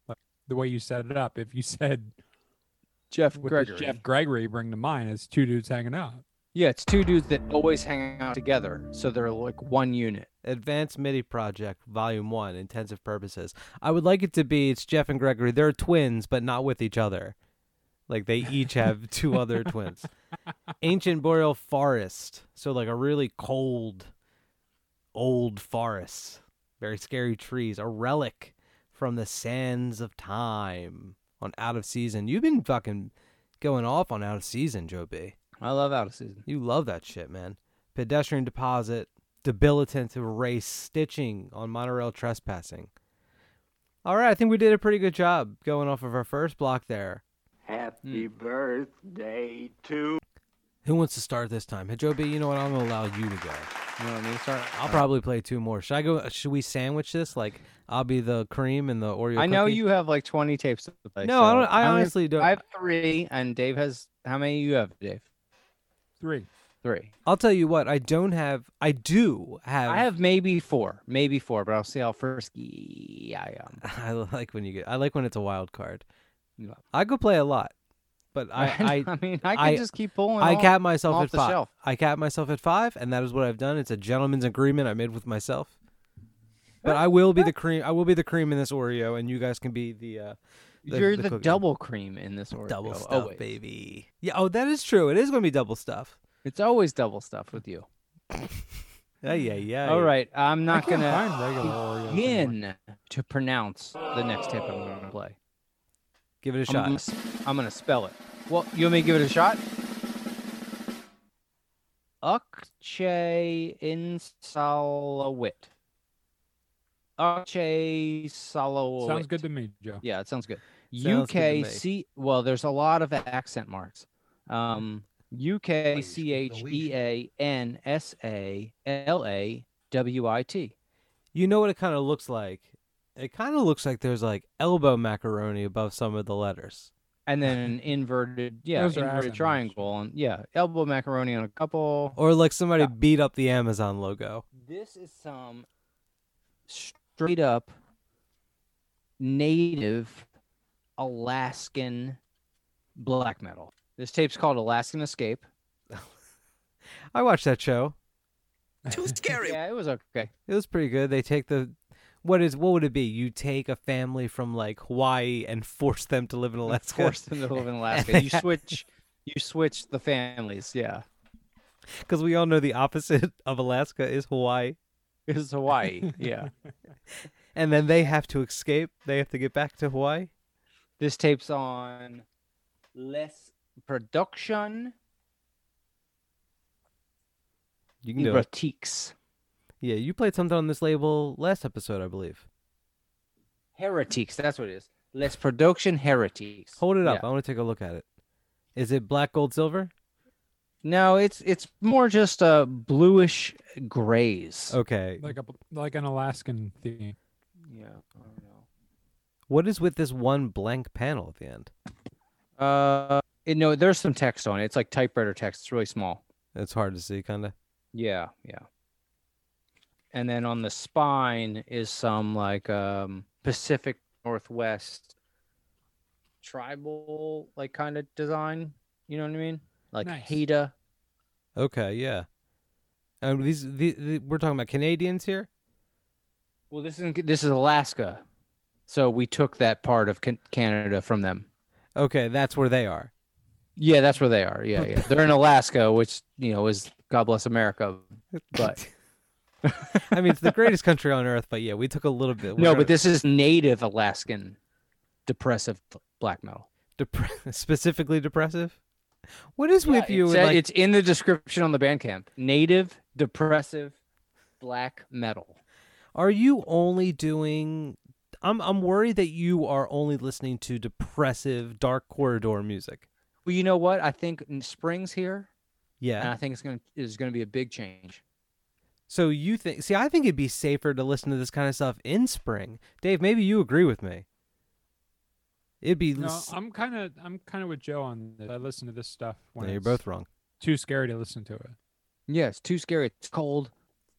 like the way you set it up, if you said
Jeff
what does Jeff Gregory bring to mind is two dudes hanging out.
Yeah, it's two dudes that always hang out together, so they're like one unit.
Advanced MIDI Project Volume One: Intensive Purposes. I would like it to be it's Jeff and Gregory. They're twins, but not with each other. Like they each have two other twins. Ancient boreal forest, so like a really cold, old forest. Very scary trees. A relic from the sands of time on Out of Season. You've been fucking going off on Out of Season, Joe B.
I love out of season.
You love that shit, man. Pedestrian deposit, debilitant erase, stitching on monorail trespassing. All right, I think we did a pretty good job going off of our first block there.
Happy
Hmm.
birthday to
Who wants to start this time? Hey, Joe B, you know what? I'm gonna allow you to go.
You know what I mean? Sorry.
I'll probably play two more. Should I go? Should we sandwich this? Like, I'll be the cream and the Oreo.
I know
cookie?
you have like 20 tapes to play.
No, I
so
don't. I
I'm gonna-
honestly don't.
I have three, and Dave has how many? You have Dave
Three.
three.
I'll tell you what. I don't have. I do have.
I have maybe four, maybe four, but I'll see how frisky I am.
I like when you get. I like when it's a wild card.
Yeah.
I could play a lot, but I, I
I mean, I can
I-
just keep pulling.
I
off-
capped myself
off
at
the
five.
shelf.
I capped myself at five, and that is what I've done. It's a gentleman's agreement I made with myself. But I will be the cream. I will be the cream in this Oreo, and you guys can be the uh, the-
You're
the
the,
cookie.
double cream in this Oh, order.
double stuff, baby. Yeah. Oh, that is true. It is going to be double stuff.
It's always double stuff with you.
Yeah, yeah, yeah.
All right, I'm not gonna
Find regular Oreos. anymore.
begin to pronounce the next tape I'm gonna play.
Give it a
I'm
shot.
gonna s- I'm gonna spell it. Well, you want me to give it a shot? Ukche Insalawit. Ukche Salawit.
Sounds good to me, Joe.
Yeah, it sounds good.
Sounds good to me.
UKC. Well, there's a lot of accent marks. Um, E UKCHEANSALAWIT.
You know what it kind of looks like? It kind of looks like there's like elbow macaroni above some of the letters.
And then an inverted, yeah,
Those are accent
inverted
marks.
triangle, and yeah, elbow macaroni on a couple.
Or like somebody beat up the Amazon logo.
This is some straight up native Alaskan black metal. This tape's called Alaskan Escape.
I watched that show.
Yeah, it was okay.
It was pretty good. They take the what is what would it be? You take a family from like Hawaii and force them to live in Alaska.
force them to live in Alaska. You switch, you switch the families. Yeah,
Because we all know the opposite of Alaska is Hawaii.
it's Hawaii. Yeah,
And then they have to escape. They have to get back to Hawaii.
this tape's on less production
You can do it.
heretics.
Yeah, you played something on this label last episode, I believe.
Heretics. That's what it is. Less production heretics.
Hold it up.
Yeah.
I want to take a look at it. Is it black, gold, silver?
No, it's it's more just a bluish grays.
Okay.
Like a like an Alaskan theme.
Yeah. I don't know.
What is with this one blank panel at the end?
Uh, it, no, there's some text on it. It's like typewriter text. It's really small.
It's hard to see, kind of.
Yeah, yeah. And then on the spine is some like um Pacific Northwest tribal like kind of design. You know what I mean? Like
Nice.
Haida.
Okay, yeah. And these, the the- we're talking about Canadians here.
Well, this isn't this is Alaska, so we took that part of Can- Canada from them.
Okay, that's where they are.
Yeah, that's where they are. Yeah, yeah. They're in Alaska, which you know is God bless America. But
I mean, it's the greatest country on earth, but yeah, we took a little bit. We're
no,
gonna-
but this is native Alaskan depressive black metal.
depre- specifically depressive. What is with
Yeah, uh, it
you? and,
said-
like,
it's in the description on the Bandcamp. Native, depressive, black metal.
Are you only doing? I'm I'm worried that you are only listening to depressive dark corridor music.
Well, you know what? I think in spring's here, and
Yeah.
I think it's gonna is gonna be a big change.
So you think? See, I think it'd be safer to listen to this kind of stuff in spring. Dave, maybe you agree with me. It'd be.
No,
s-
I'm kind of I'm kind of with Joe on this. I listen to this stuff when
no, you're
it's
both wrong.
too scary to listen to it.
Yeah, it's too scary. It's cold.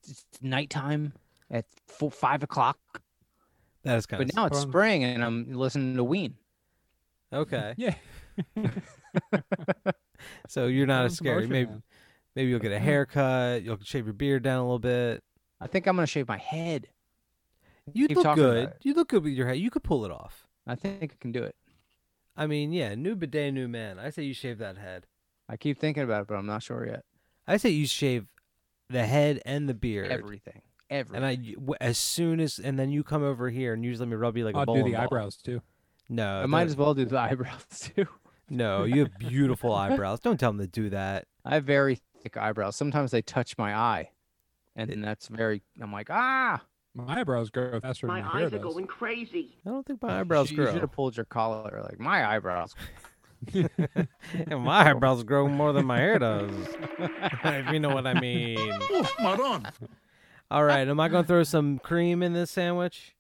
It's nighttime at four, five o'clock.
That is kind
But
of.
now it's
Well-
spring, and I'm listening to Ween.
okay.
Yeah,
So you're not
Sounds
as scary.
emotional,
Maybe
man.
maybe you'll get
Mm-hmm.
a haircut. You'll shave your beard down a little bit.
I think I'm gonna shave my head.
You
Keep
look
talking about
good.
it.
You look good with your hair. You could pull it off.
I think I can do it.
I mean, yeah, new bidet, new man. I say you shave that head.
I keep thinking about it, but I'm not sure yet.
I say you shave the head and the beard.
Everything, everything.
And I, you- w- as soon as, and then you come over here and you just let me rub you like a
I'll
bowling
do the
ball.
eyebrows too.
No,
I might
don't-
as well do the eyebrows too.
No, you have beautiful eyebrows. Don't tell them to do that.
I have very thick eyebrows. Sometimes they touch my eye, and then that's very. I'm like, ah.
My eyebrows grow faster than my hair does.
crazy.
I don't think my eyebrows
you should
grow.
have pulled your collar. Like my eyebrows.
and my eyebrows grow more than my hair does. if you know what I mean. All right, am I gonna throw some cream in this sandwich?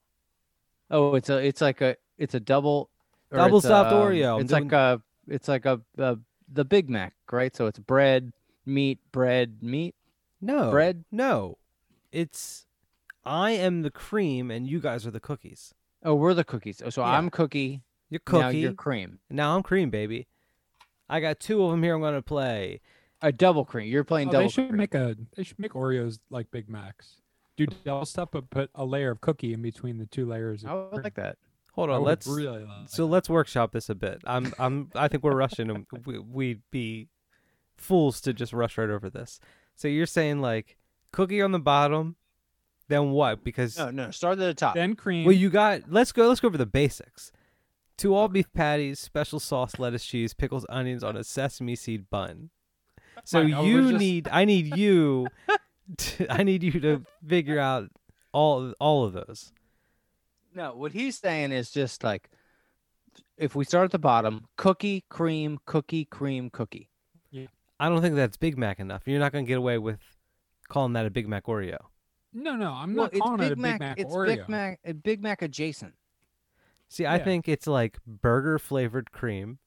Oh, it's a. It's like a. It's a double. or
Double
it's a,
stuffed
um,
Oreo. I'm
It's
doing-
like a. It's like a, a. The Big Mac, right? So it's bread, meat, bread, meat.
No.
Bread?
No. It's I am the cream and you guys are the cookies.
Oh, we're the cookies. Oh, So
Yeah.
I'm cookie.
You're
Now
cookie.
you're cream.
Now I'm cream, baby. I got two of them here. I'm gonna play.
A double cream. You're playing
Oh,
double.
they should
cream.
make a they should make Oreos like Big Macs. Do double stuff, but put a layer of cookie in between the two layers.
I
Of
would like that.
Hold
I
Oh,
on,
would
let's
really like
so
that.
let's workshop this a bit. I'm I'm I think we're rushing and we, we'd be fools to just rush right over this. So you're saying like cookie on the bottom, then what? Because
No, no. Start at the top.
then cream.
Well, you got. Let's go. Let's go over the basics. Two all beef patties, special sauce, lettuce, cheese, pickles, onions on a sesame seed bun. So
Fine, I was
you
just-
need. I need you. To, I need you to figure out all all of those.
No, what he's saying is just like if we start at the bottom, cookie, cream, cookie, cream, cookie.
I don't think that's Big Mac enough. You're not gonna get away with calling that a Big Mac Oreo.
no, no, I'm
Well,
not calling it a Big Mac
it's
Oreo.
Big Mac, uh, Big Mac adjacent.
See, I
Yeah.
think it's like burger flavored cream,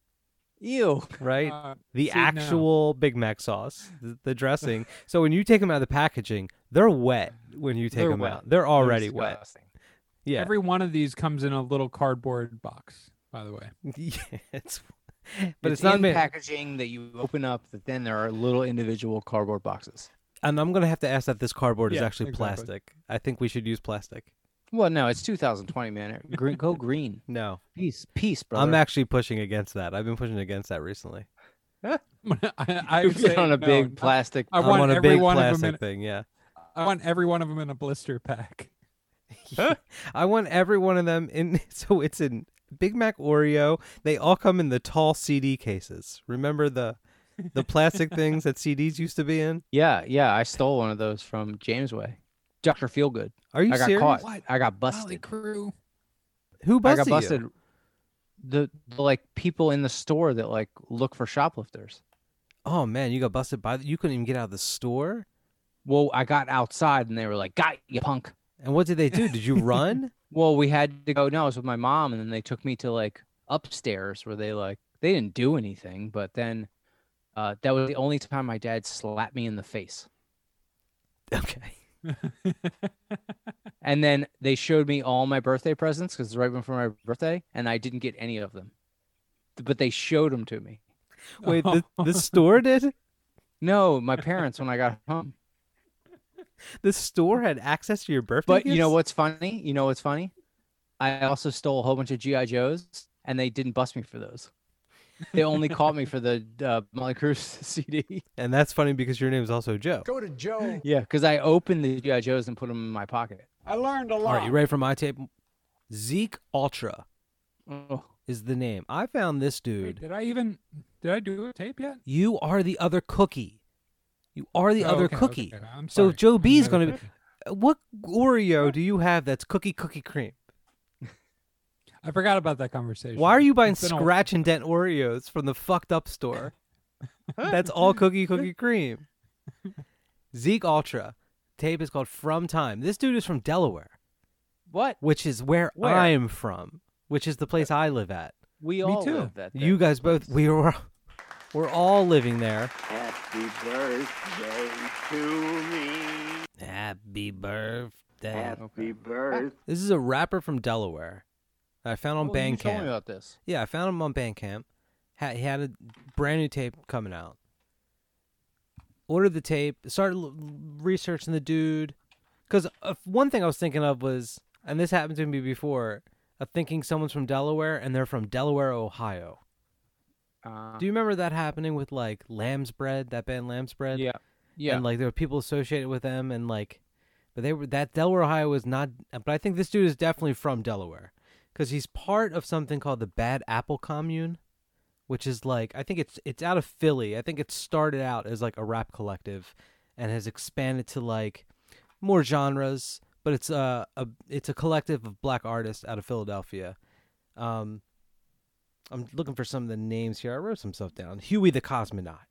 Ew.
right?
Uh,
the
see, no.
actual Big Mac sauce, the, the dressing. so when you take them out of the packaging, they're wet. When you take
They're
them
wet.
out, they're already wet.
Disgusting.
Yeah.
Every one of these comes in a little cardboard box, by the way.
yeah it's, but it's,
not
not
in
made.
packaging that you open up that then there are little individual cardboard boxes.
and I'm going to have to ask that this cardboard is
Yeah,
actually
exactly.
plastic. I think we should use plastic.
Well, no, it's 2020, man. It- Green, go green.
No.
Peace, peace, brother.
I'm actually pushing against that. I've been pushing against that recently.
I, I would
Get
say
on a
no,
big
not-
plastic.
I
I'm
want
on a
every
big
one
plastic
of them. In,
thing, yeah.
I want every one of them in a blister pack.
I want every one of them in so it's in Big Mac Oreo. They all come in the tall CD cases. Remember the the plastic things that CDs used to be in?
Yeah, yeah. I stole one of those from James Way. Dr. Feelgood.
Are you
I got
serious?
caught. I got
Molly
busted.
crew.
Who
I
busted,
got
you?
busted. The, the like people in the store that like look for shoplifters.
Oh man, you got busted by the, you couldn't even get out of the store?
Well, I got outside and they were like, "Got you, punk."
And what did they do? Did you run?
Well, we had to go. No, it was with my mom, and then they took me to like upstairs where they like they didn't do anything, but then uh, that was the only time my dad slapped me in the face.
okay.
And then they showed me all my birthday presents because it's right before my birthday, and I didn't get any of them. But they showed them to me.
Wait,
Oh.
the, the store did?
No, my parents when I got home.
The store had access to your birthday.
But you know
gifts?
what's funny? You know what's funny? I also stole a whole bunch of GI Joes, and they didn't bust me for those. They only caught me for the uh, Molly Cruz CD.
And that's funny because your name's also Joe.
Go to Joe.
Yeah, because I opened the GI Joes and put them in my pocket.
I learned a
All
lot.
right, you ready for my tape? Zeke Ultra
Oh,
is the name. I found this
Wait,
dude.
did I even did I do a tape yet?
You are the other cookie. You are the
Oh,
other
okay,
cookie.
Oh, okay, I'm
So
sorry.
Joe
I'm
B is
another
going to be. uh,
cookie.
what Oreo do you have that's cookie cookie cream?
I forgot about that conversation.
Why are you buying
It's been a-
scratch and dent Oreos from the fucked up store? That's all cookie cookie cream. Zeke Ultra tape is called From Time. This dude is from Delaware,
What?
which is where,
Where?
I'm from, which is the place I live at.
We all
too.
live that.
You guys both we were we're all living there.
Happy birthday to me.
Happy birthday.
Happy birthday.
This is a rapper from Delaware. that I found on
Well, you told me
Bandcamp.
about this.
Yeah, I found him on Bandcamp. Ha he had a brand new tape coming out. Ordered the tape, started l- researching the dude. Because one thing I was thinking of was, and this happened to me before, of thinking someone's from Delaware and they're from Delaware, Ohio.
Uh,
Do you remember that happening with like Lamb's Bread, that band Lamb's Bread?
yeah, yeah.
And like there were people associated with them and like but they were that Delaware Ohio was not but I think this dude is definitely from Delaware cuz he's part of something called the Bad Apple Commune which is like I think it's it's out of Philly. I think it started out as like a rap collective and has expanded to like more genres, but it's a, a it's a collective of black artists out of Philadelphia. Um I'm looking for some of the names here. I wrote some stuff down. Huey the Cosmonaut.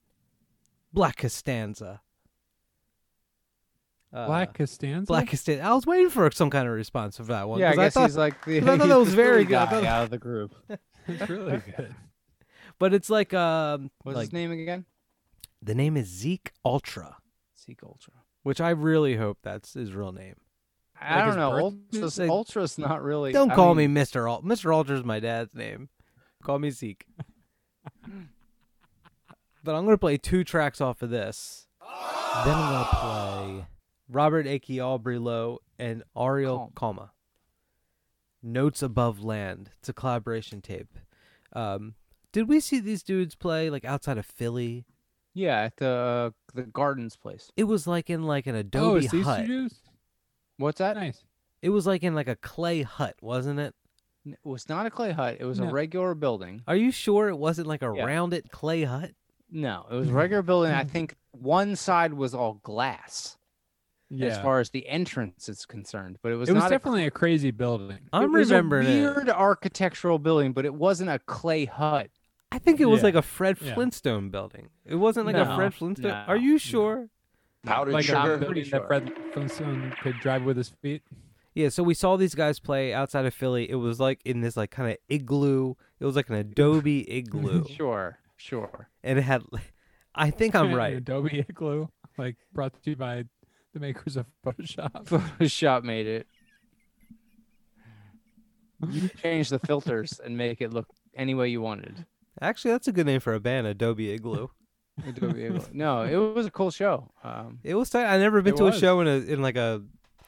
Black Costanza. Uh,
Black Costanza?
Black Costanza. I was waiting for some kind of response of that one.
yeah, I
'cause
guess
thought,
he's like the.
'cause I thought
he's
that
the
was very
silly
good. I
guy
thought-
out of the group.
It's really good.
but it's like um
What's
like,
his name again?
the name is Zeke Ultra,
Seek Ultra.
which I really hope that's his real name.
I
Like his
don't know.
birth-
Ultra's,
Like-
Ultra's not really.
Don't
I
call
mean,
me Mr. Al- Mr. Alter's my dad's name. Call me Zeke. but I'm gonna play two tracks off of this. Then I'm gonna play Robert Akey Aubrey Lowe and Ariel Kalma. Notes Above Land. It's a collaboration tape. Um, did we see these dudes play like outside of Philly?
Yeah, at the uh, the Gardens place.
It was like in like an
oh,
adobe
it's these
hut.
two dudes?
What's that?
Nice.
It was like in like a clay hut, wasn't it?
N- It was not a clay hut. It was
No.
a regular building.
Are you sure it wasn't like a
Yeah.
rounded clay hut?
No, it was a regular building. I think one side was all glass
Yeah.
as far as the entrance is concerned, but it was
it was
not a
definitely a crazy building.
I'm
it was
remembering
a
it.
weird architectural building, but it wasn't a clay hut.
I think it was
Yeah.
like a Fred
Yeah.
Flintstone building. It wasn't like a
No,
Fred Flintstone. Are
no,
you sure?
Powdered
Like a
sugar.
building that Fred Flintstone could drive with his feet.
Yeah, so we saw these guys play outside of Philly. It was like in this like kind of igloo. It was like an adobe igloo.
Sure, sure.
And it had I think I'm
An
right.
Adobe Igloo, like brought to you by the makers of Photoshop.
Photoshop made it. You could change the filters and make it look any way you wanted.
Actually, that's a good name for a band, Adobe Igloo.
Adobe Igloo. No, it was a cool show. Um,
It was tight. I never been
It
to a
was.
show in a in like a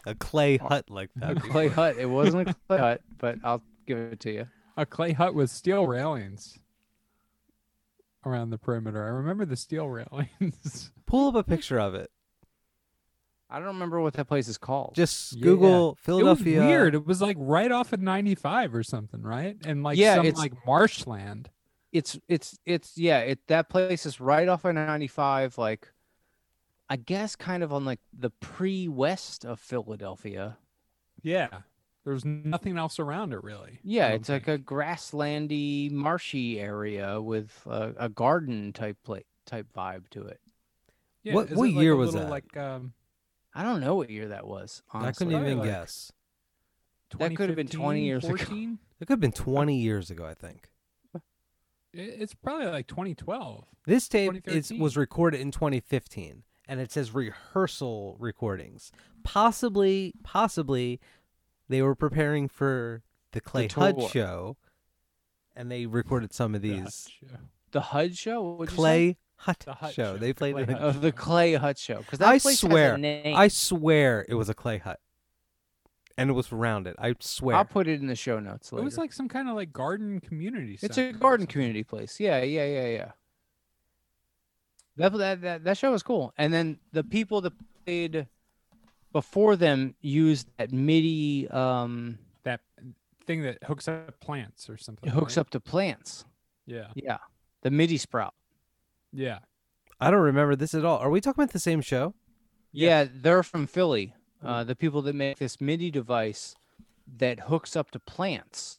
a clay hut like
a
that.
clay hut. It wasn't a clay hut, but I'll give it to you.
A clay hut with steel railings around the perimeter. I remember the steel railings.
Pull up a picture of it.
I don't remember what that place is called.
Just
Yeah.
Google
It
Philadelphia.
uh,
was weird. It was like right off of 95 or something, right? And like
Yeah,
some
it's-
like marshland.
it's it's it's yeah it that place is right off of 95 like i guess kind of on like the pre-west of philadelphia
Yeah. There's nothing else around it really.
yeah it's like a grasslandy marshy area with a, a garden type play type vibe to it
What- what year was that?
Like um
i don't know what year that was honestly.
I couldn't even
Probably like-
guess.
That could have been 20 years ago.
14?
It could have been 20 years ago, I think.
It- It's probably like 2012.
This tape is,
2013.
was recorded in 2015, and it says rehearsal recordings. Possibly, possibly, they were preparing for the Clay Hut
tour.
show, and they recorded some of these
Gotcha.
the hud show what'd you say?
Clay Hut,
The Hut
show.
Show,
They
the
played
Clay
it. in-
Hut.
Oh, the clay hut show because
I
place
swear,
has a name.
I swear it was a Clay Hut, and it was rounded. I swear.
i'll put it in the show notes later.
It was like some kind of like garden community.
It's
center
a
or
garden
something.
community place. Yeah, yeah, yeah, yeah. That that that, that show was cool. And then the people that played before them used that MIDI um
That thing that hooks up plants or something.
it hooks
right?
up to plants.
Yeah.
Yeah. The MIDI sprout.
Yeah.
I don't remember this at all. Are we talking about the same show?
Yeah, they're from Philly. uh, the people that make this MIDI device that hooks up to plants,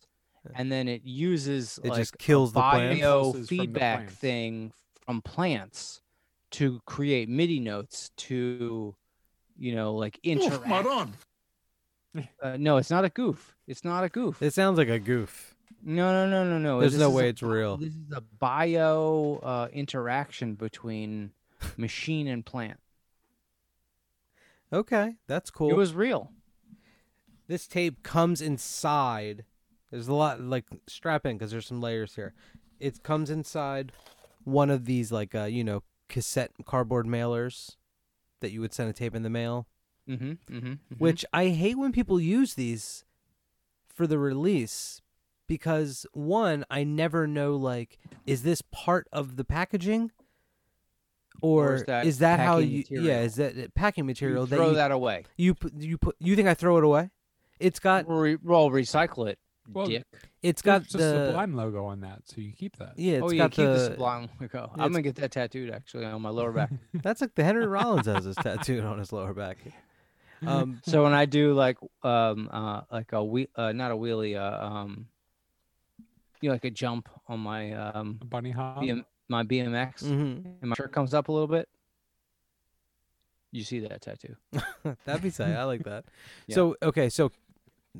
and then it uses
It
like
just kills
a
the plants?
biofeedback
Pulses from the
feedback
plants.
thing from plants to create MIDI notes to, you know, like interact. Uh, no, it's not a goof. It's not a goof.
It sounds like a goof.
No, no, no, no, no.
There's
Oh, This
no
is a
way it's real.
This is a bio uh, interaction between machine and plant.
Okay, that's cool.
It was real.
this tape comes inside. There's a lot like strap in because there's some layers here. It comes inside one of these like uh you know cassette cardboard mailers that you would send a tape in the mail.
Mm-hmm, mm-hmm,
Which I hate when people use these for the release because one I never know like is this part of the packaging or,
is that
is that how
packing
you yeah
material?
is that uh, packing material
you throw
you
that away.
you put, you put you think I throw it away? It's got
Re- well, recycle it,
Well,
dick.
There's
it's got
just
the
Sublime logo on that, so you keep that.
yeah it's
oh yeah,
got
keep the,
the,
sublime logo.
yeah, it's-
I'm gonna get that tattooed actually on my lower back.
that's like the Henry Rollins has his tattooed on his lower back. Um,
so when I do like um uh like a wheel uh, not a wheelie uh, um you know like a jump on my um
A bunny hop.
BM, my BMX
mhm.
and my shirt comes up a little bit. You see that tattoo?
That'd be sick. I like that.
Yeah.
So okay, so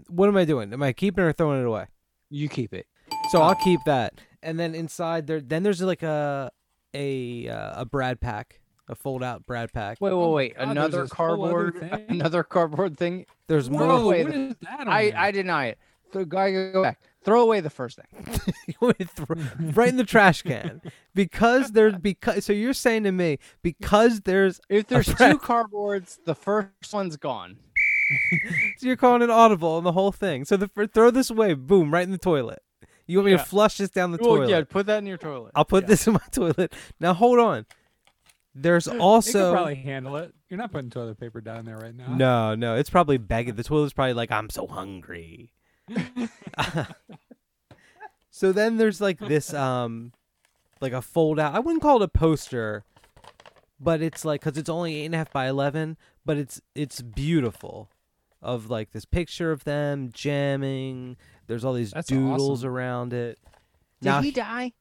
what am I doing? Am I keeping it or throwing it away?
You keep it.
So I'll keep that, and then inside there, then there's like a a uh, a Brad pack, a fold out Brad pack.
Wait, wait,
Oh my
wait!
God, there's
another
this whole other
cardboard,
thing?
another cardboard thing.
There's more.
Whoa,
Whoa,
away
what
the-
is that? On
I
there?
I deny it. So go, go back. Throw away the first thing.
You would throw- right in the trash can because there's because. So you're saying to me because there's
If there's
friend-
two cardboards, the first one's gone.
So you're calling it audible and the whole thing. So the fir- throw this away, boom, right in the toilet. You want me
Yeah.
to flush this down the
Well,
toilet?
yeah, put that in your toilet.
I'll put
Yeah.
this in my toilet. Now hold on. There's
It could
also
probably handle it. You're not putting toilet paper down there right now.
no, no. It's probably begging. The toilet's probably like, I'm so hungry. so then there's like this, um, like a fold out. I wouldn't call it a poster, but it's like because it's only eight and a half by eleven, but it's it's beautiful. Of like this picture of them jamming. There's all these
That's
doodles
awesome.
around it.
Did
now
he die?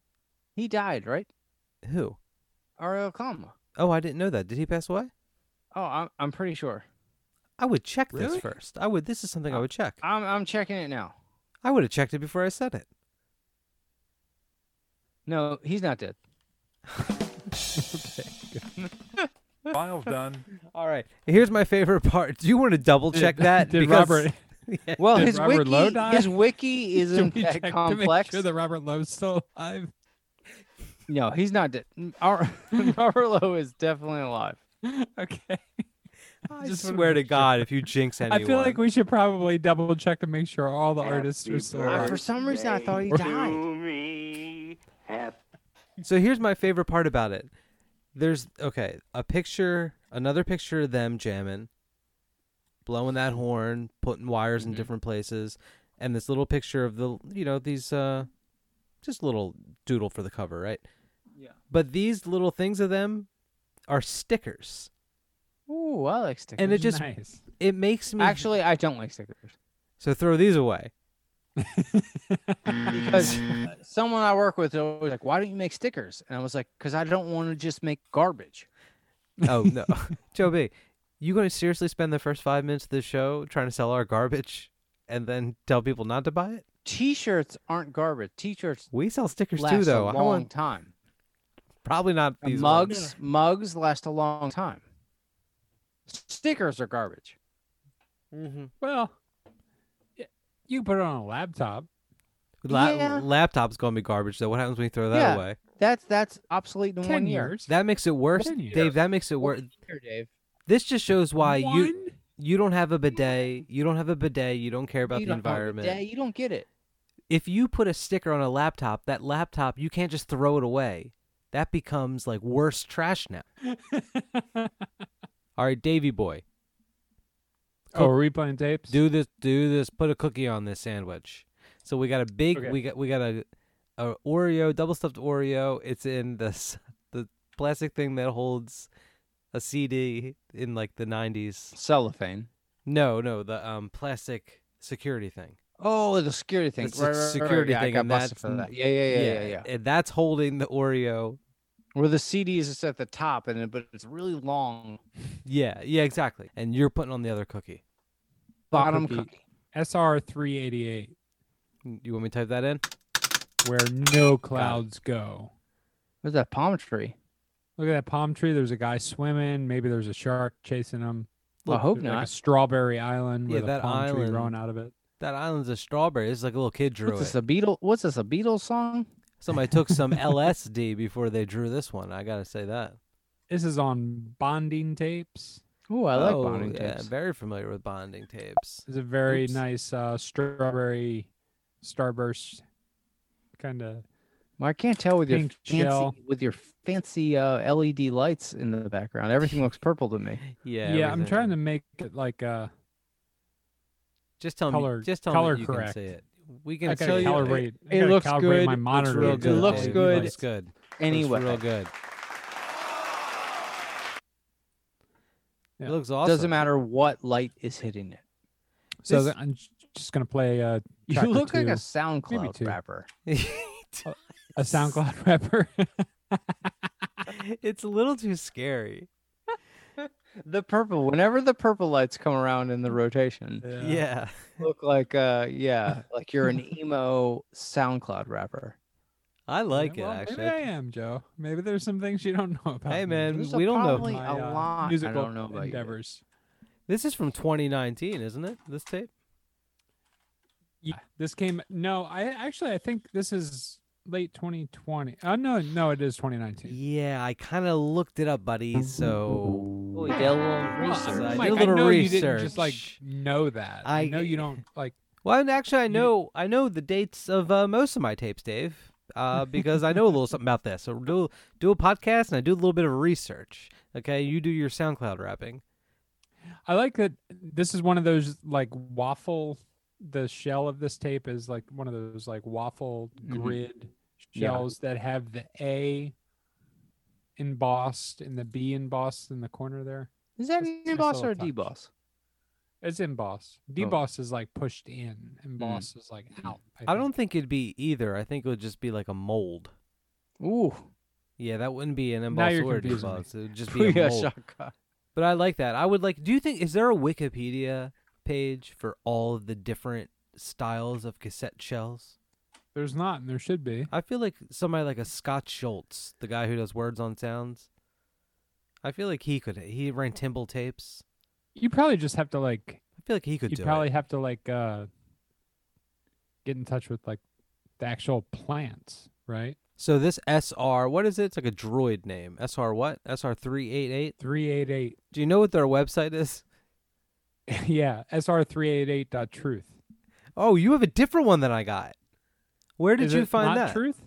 He died, right?
who?
Ariel Kama.
Oh, I didn't know that. Did he pass away?
Oh, I'm I'm pretty sure.
I would check
Really?
this first. I would. This is something I would check.
I'm I'm checking it now.
I would have checked it before I said it.
No, he's not dead.
Miles done.
All right. Here's my favorite part. Do you want to double check that?
Did
Because-
Robert?
Well,
Did
his
Robert
wiki
Lowe die?
his wiki is
Did
in
we check
fact
to make
complex.
sure that Robert Lowe's still alive?
No, he's not dead. Ar- Arlo is definitely alive.
Okay.
I
just wanna
swear to
make sure.
God, if you jinx anyone,
I feel like we should probably double check to make sure all the artists
Happy
are still
birthday
alive.
For some reason, I thought he
to
died.
me. Happy
So here's my favorite part about it. There's okay, a picture, another picture of them jamming, blowing that horn, putting wires
Mm-hmm.
in different places, and this little picture of the you know these uh, just little doodle for the cover, right?
Yeah.
But these little things of them are stickers,
Ooh, I like stickers.
and it just
nice.
it makes me
Actually, I don't like stickers
So throw these away.
because someone I work with was like, "Why don't you make stickers?" And I was like, "Cause I don't want to just make garbage."
Oh no, Joe B, you going to seriously spend the first five minutes of the show trying to sell our garbage, and then tell people not to buy it?
T-shirts aren't garbage. T-shirts
We sell stickers
last
too, though.
a
I
long
want
time.
probably not
And
these
mugs,
ones.
mugs last a long time. S- Stickers are garbage.
Well, y- you can put it on a laptop.
La-
Yeah.
Laptop's gonna be garbage though. What happens when you throw that
Yeah.
away?
That's that's obsolete in
Ten
one year.
years.
That makes it worse,
Ten years.
Dave. That makes it worse.
Here, Dave.
This just shows why you
One?
you don't have a bidet. You don't have a bidet. You don't care about
You
the
don't know
environment.
Yeah, you don't get it.
If you put a sticker on a laptop, that laptop you can't just throw it away. That becomes like worse trash now. All right, Davy boy.
Oh, are we playing tapes?
do this do this put a cookie on this sandwich so we got a big
Okay.
we got we got a, a oreo double stuffed oreo it's in this the plastic thing that holds a cd in like the 90s
Cellophane.
No, no, the um plastic security thing.
Oh, the security thing.
It's
Right, right,
a
right, right.
security
Yeah, I
thing,
got
and
busted
that's
for that.
n-
Yeah, yeah, yeah, yeah,
And that's holding the Oreo.
Where the CD is just at the top, and it- but it's really long.
Yeah, yeah, exactly. And you're putting on the other cookie.
Bottom cookie.
SR three eighty eight,
You want me to type that in?
where no clouds go.
Where's that palm tree?
Look at that palm tree. There's a guy swimming. Maybe there's a shark chasing him.
Well, I hope
There's Like a
not.
strawberry island
Yeah,
with a
that
palm tree
island.
growing out of it.
That island's a strawberry. It's like a little kid drew
What's this?
it.
A Beatle? What's this? A Beatles song?
Somebody took some LSD before they drew this one. I gotta say that.
This is on bonding tapes.
Ooh, I like
Oh,
bonding
yeah,
tapes.
Very familiar with bonding tapes.
It's a very
Oops.
nice uh, strawberry starburst kind of.
Well, I can't tell with your
Pink
fancy
shell.
with your fancy uh, LED lights in the background. Everything looks purple to me.
Yeah.
Yeah, I'm
everything.
trying to make it like uh
Just tell
color-
me. Just tell
color
me you
correct.
can see it. We
I
can
gotta
tell you.
calibrate.
it-
I
it
gotta
looks
calibrate
good,
My
looks
monitor.
real
to
good,
it.
looks
Dave.
good.
Looks good.
Anyway,
Looks real good.
Yeah.
It looks awesome.
doesn't matter what light is hitting it.
So
This-
th- I'm j- just gonna play uh,
You
track or
look like a
two.
SoundCloud
two.
rapper.
a SoundCloud rapper.
it's a little too scary.
The purple. Whenever the purple lights come around in the rotation,
Yeah.
look like uh, yeah, like you're an emo SoundCloud rapper.
I like
well,
it actually.
Maybe I am, Joe. Maybe there's some things you don't know about.
Hey
me.
man,
There's
we don't know.
probably
My,
a
uh,
lot. I
musical
don't know about you.
endeavors.
This is from 2019, isn't it? This tape.
Yeah, this came. No, I actually I think this is late 2020. Uh, no, no, it is 2019.
Yeah, I kind of looked it up, buddy. So
Oh, you did a little
I
research.
did
I'm
a
like,
little
know you didn't just like
research.
know that. I
I-
know you don't like.
Well, and actually, I know I know the dates of uh, most of my tapes, Dave, uh, because I know a little something about this. So do do a podcast, and I do a little bit of research. Okay, you do your SoundCloud rapping.
I like that. This is one of those like waffle. The shell of this tape is like one of those like waffle
Mm-hmm.
grid
Yeah.
shells that have the A embossed and the B embossed in the corner there.
Is that
It's
an
a nice
emboss
little
or a
touch.
deboss?
It's embossed.
Oh.
Deboss is like pushed in. Emboss is like out.
Mm. I
think.
don't think it'd be either. I think it would just be like a mold.
Ooh,
Yeah, that wouldn't be an
Now
emboss
you're
or a
confusing me.
deboss. It would just be a
Booyah
mold.
shaka.
But I like that. I would like. Do you think is there a Wikipedia page for all of the different styles of cassette shells?
There's not, and there should be.
I feel like somebody like a Scott Schultz, the guy who does words on sounds. I feel like he could. He ran Timble tapes.
You probably just have to like.
I feel like he could
You
do
probably
it.
have to like uh get in touch with like the actual plants, right?
So this SR, what is it? It's like a droid name. SR what? SR three eight eight.
Three eight eight.
Do you know what their website is?
Yeah, sr three eight eight dot truth.
Oh, you have a different one than I got. Where did
Is
you
it
find
not
that?
Truth.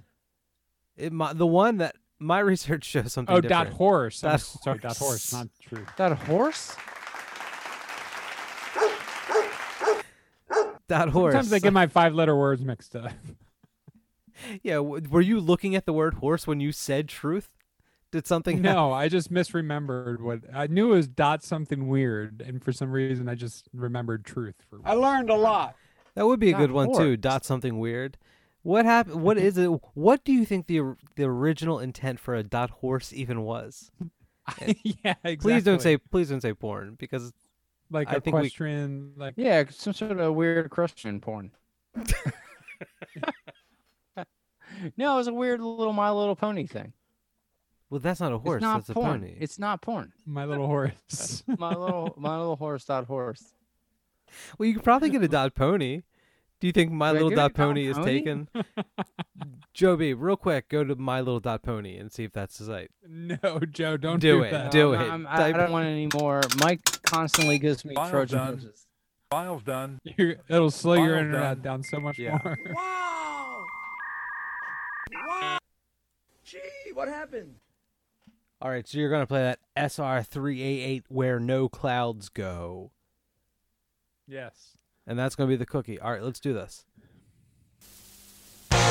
It, my, the one that my research shows something.
Oh,
different.
dot horse. I'm
Dot
sorry, dot horse,
horse.
not truth.
That a horse?
dot horse.
Sometimes I get my five letter words mixed up.
yeah, w- were you looking at the word horse when you said truth? Did something?
no, I just misremembered what I knew it was dot something weird, and for some reason I just remembered truth for.
I learned a lot.
That would be a
Dot
good one too.
org.
Dot something weird. What happened? What is it? What do you think the or- the original intent for a dot horse even was?
yeah, exactly.
Please don't say. Please don't say porn because
like
I
a
think we-
question. Like
Yeah, some sort of weird Christian porn. no, it was a weird little My Little Pony thing.
well, that's not a horse.
it's not
that's
porn.
a pony.
It's not porn.
my little horse.
My little my little horse dot horse.
well, you could probably get a dot pony. Do you think my
Do I
little
get a
dot
dot
pony is
pony?
taken? Joe B, real quick, go to my little dot pony and see if that's the site.
No, Joe, don't
Do
do,
it.
That.
Do
I'm-
it.
I'm- I, I
Type-
don't want any more. Mike constantly gives me
File
Trojan
done.
horses.
File's done.
You're- it'll slow your
File
internet
done.
down so much
Yeah.
more.
Wow. Wow. Gee, what happened?
All right, so you're gonna play that SR three A eight where no clouds go,
Yes.
and that's gonna be the cookie. All right, let's do this.
Where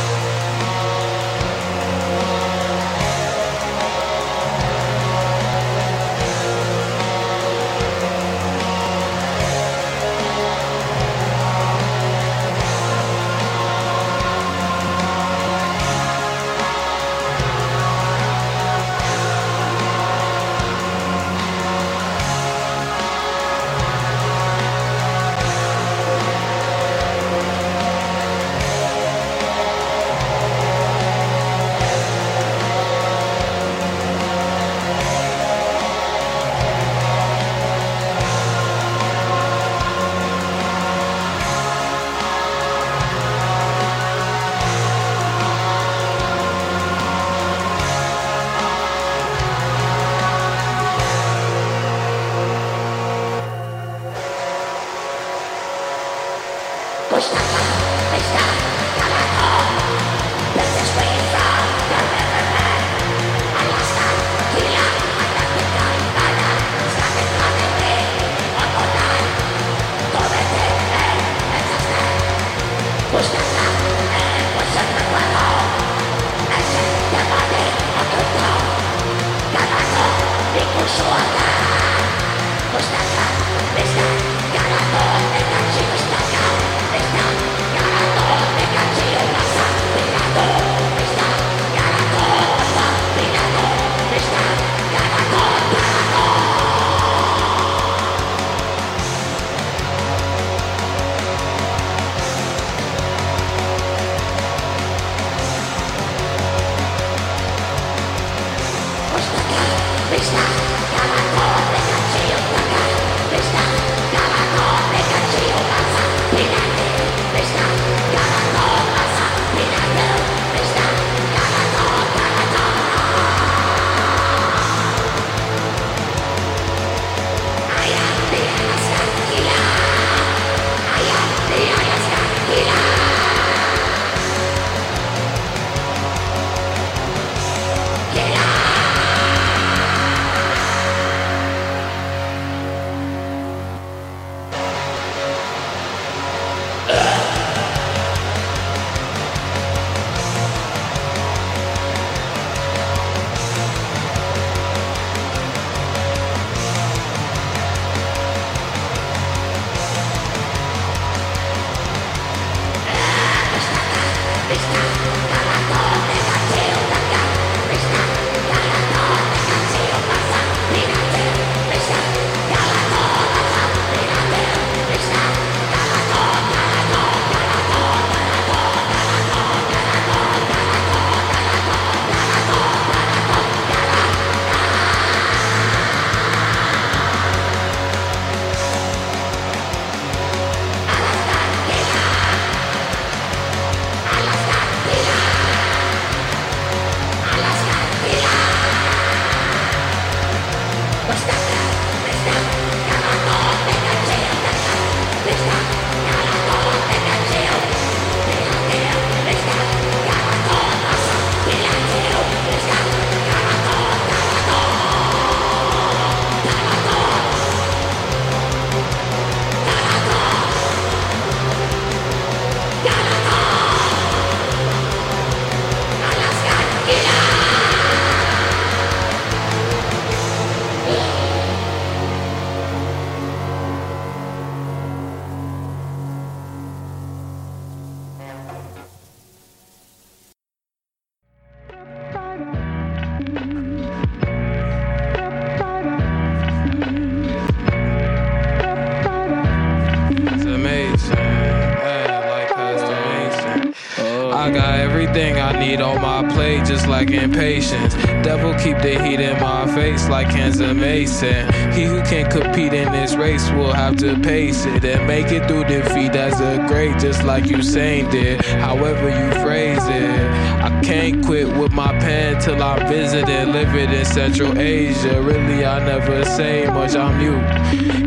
impatience. Devil keep the heat in my face like Kansas Mason. He who can't compete in this race will have to pace it and make it through defeat as a great, just like you saying did. However you phrase it, I can't quit with my pen till I'm visiting, living in Central Asia. Really, I never say much. I'm you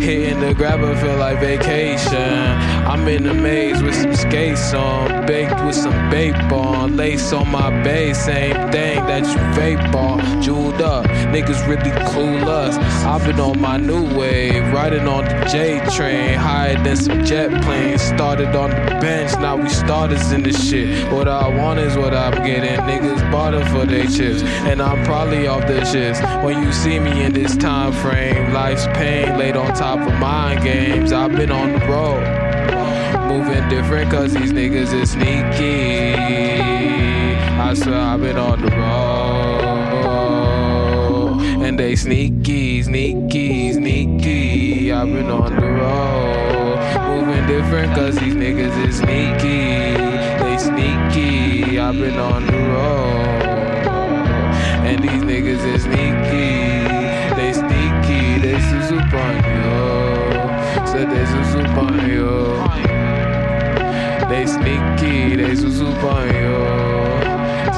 hitting the grabber, feel like vacation. I'm in a maze with some skates on, baked with some vape on, lace on my base, same thing that you vape on, jeweled up. Niggas really clueless. I've been on my new wave, riding on the J train, higher than some jet planes. Started on the bench, now we starters in this shit. What I want is what I'm getting. Niggas bought it for they chips, and I'm probably off the shits. When you see me in this time frame, life's pain laid on top of mind games. I've been on the road moving different cause these niggas is sneaky. I swear I've been on the road. And they sneaky, sneaky, sneaky. I've been on the road. Moving different cause these niggas is sneaky. They sneaky, I've been on the road. And these niggas is sneaky. They sneaky, they susu on you. So they susu on you. They sneaky, they susupanyo.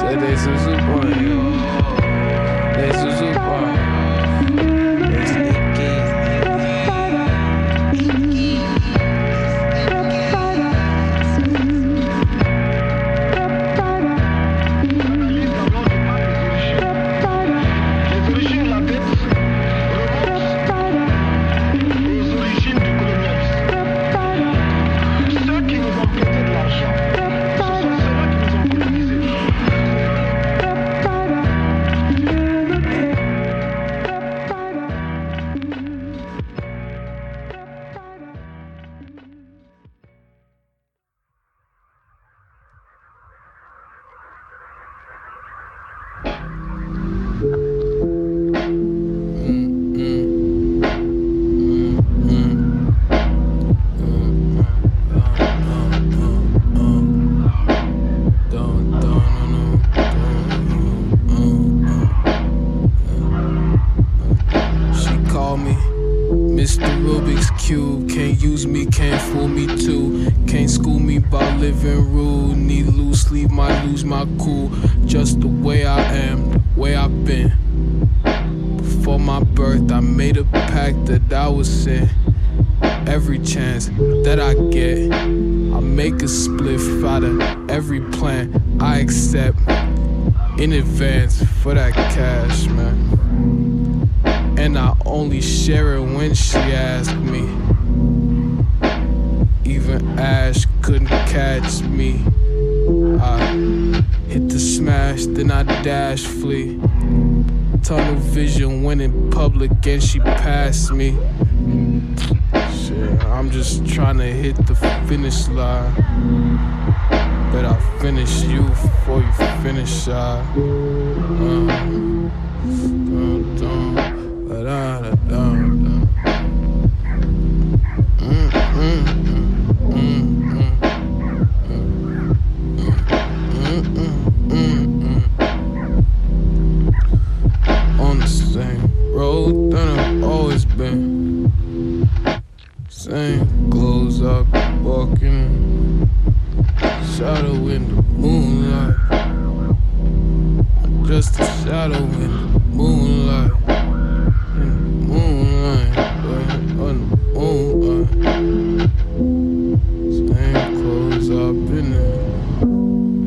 Say they susupanyo. They susupanyo. They sneaky. fool me too. Can't school me by living rule. Need loose sleep, might lose my cool. Just the way I am, the way I've been. Before my birth, I made a pact that I would sin. Every chance that I get, I make a spliff out of every plan I accept in advance for that cash, man. And I only share it when she asks me. Even Ash couldn't catch me. I hit the smash, then I dash flee. Tunnel vision when in public and she passed me. Shit, I'm just trying to hit the finish line. Bet I finish you before you finish I. Um, dun, dun, da, da, da, dun, dun. Mm, mm, mm, mm, mm. on the same road that I've always been. Same clothes I've been walking in. Shadow in the moonlight. I'm just a shadow in the moonlight. In the moonlight. yeah, On the moonlight. Same clothes I've been in.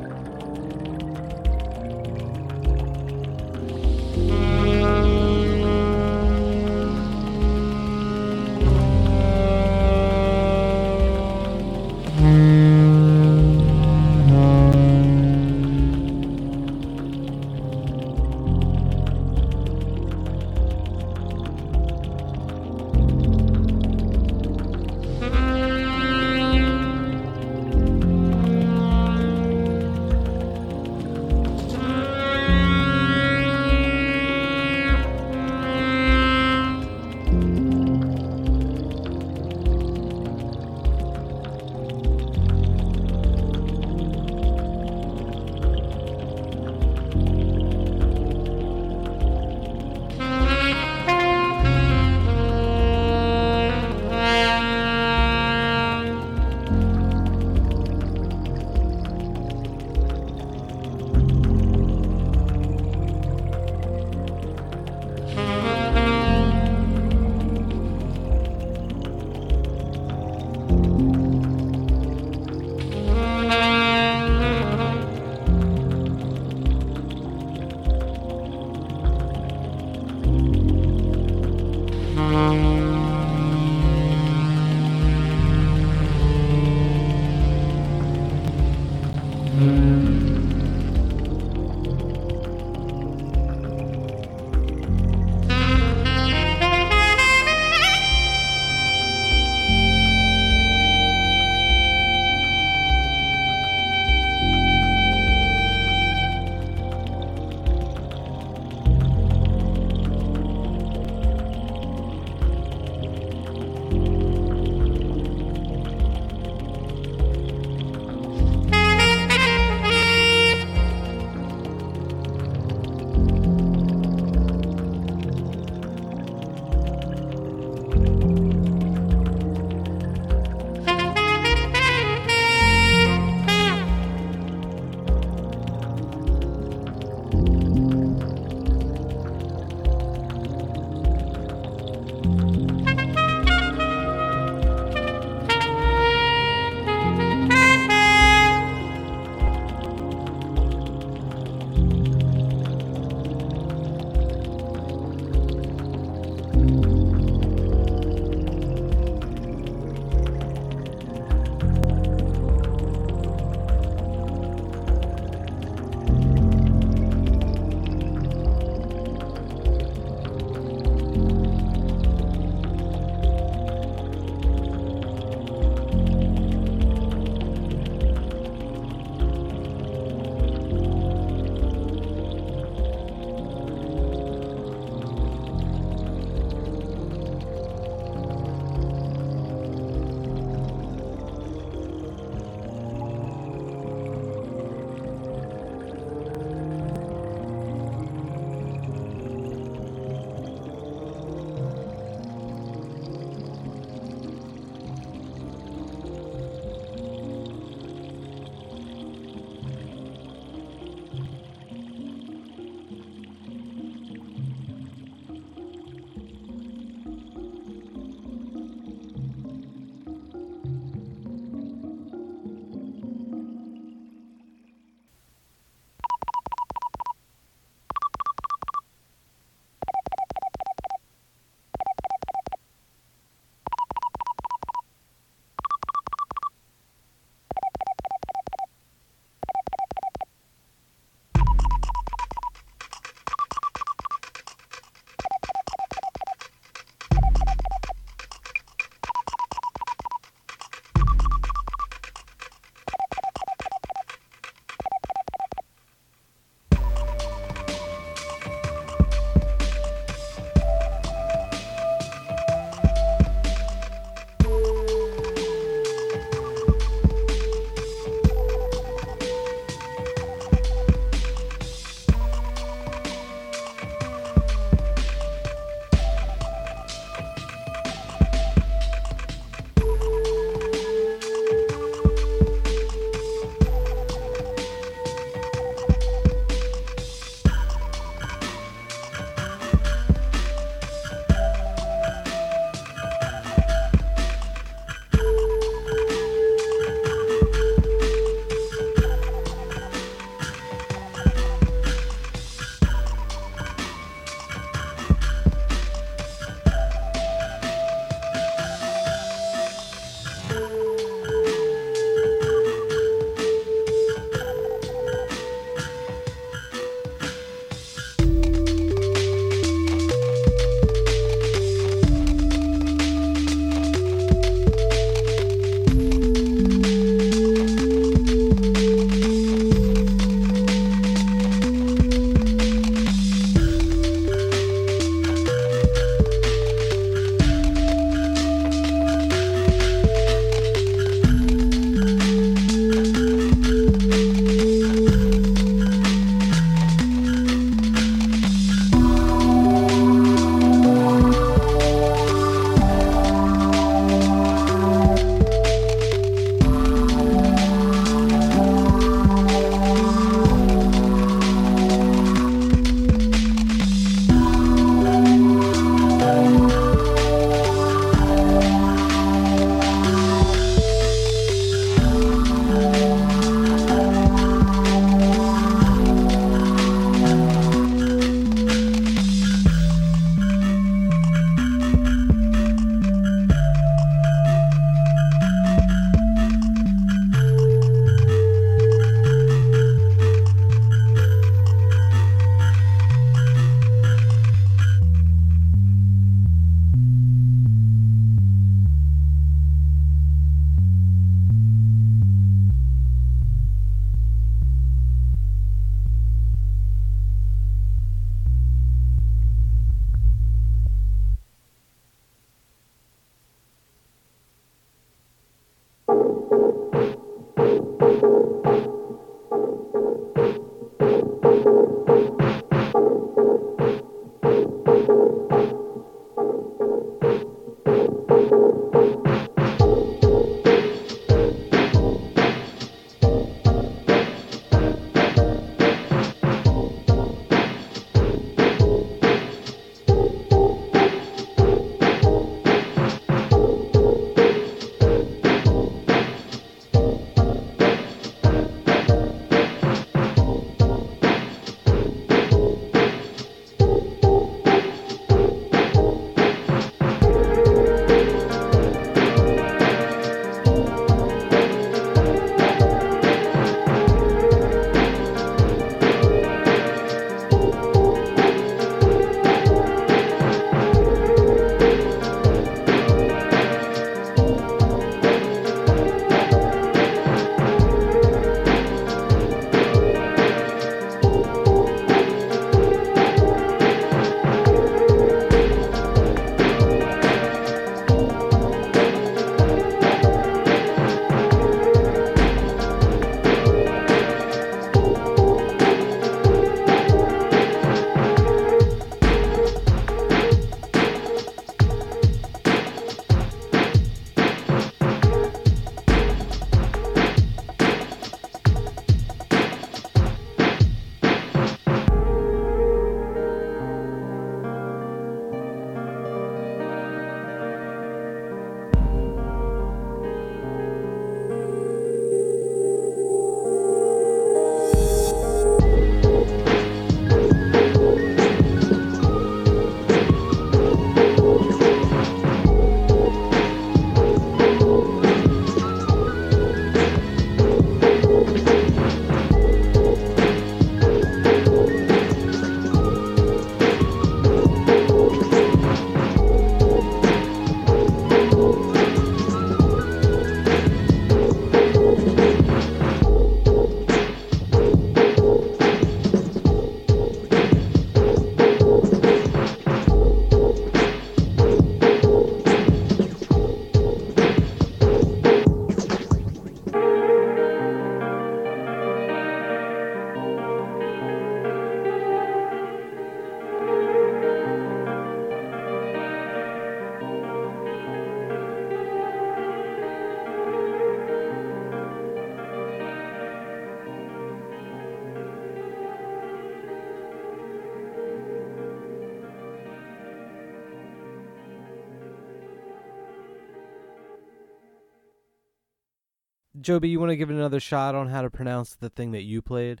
Joby, you want to give it another shot on how to pronounce the thing that you played?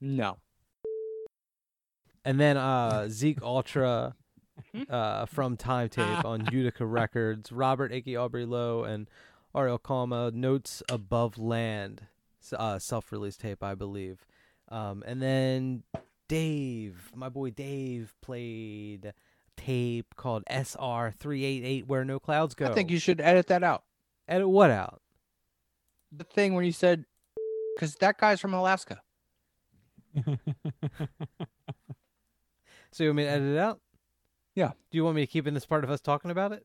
No.
And then uh, Zeke Ultra uh, from Timetape on Utica Records, Robert Icky Aubrey Lowe, and Ariel Kalma, Notes Above Land, s- uh, self release tape, I believe. Um, and then Dave, my boy Dave, played a tape called SR388 Where No Clouds Go.
I think you should edit that out.
Edit what out?
The thing when you said, because that guy's from Alaska.
So you want me to edit it out?
Yeah.
Do you want me to keep in this part of us talking about it?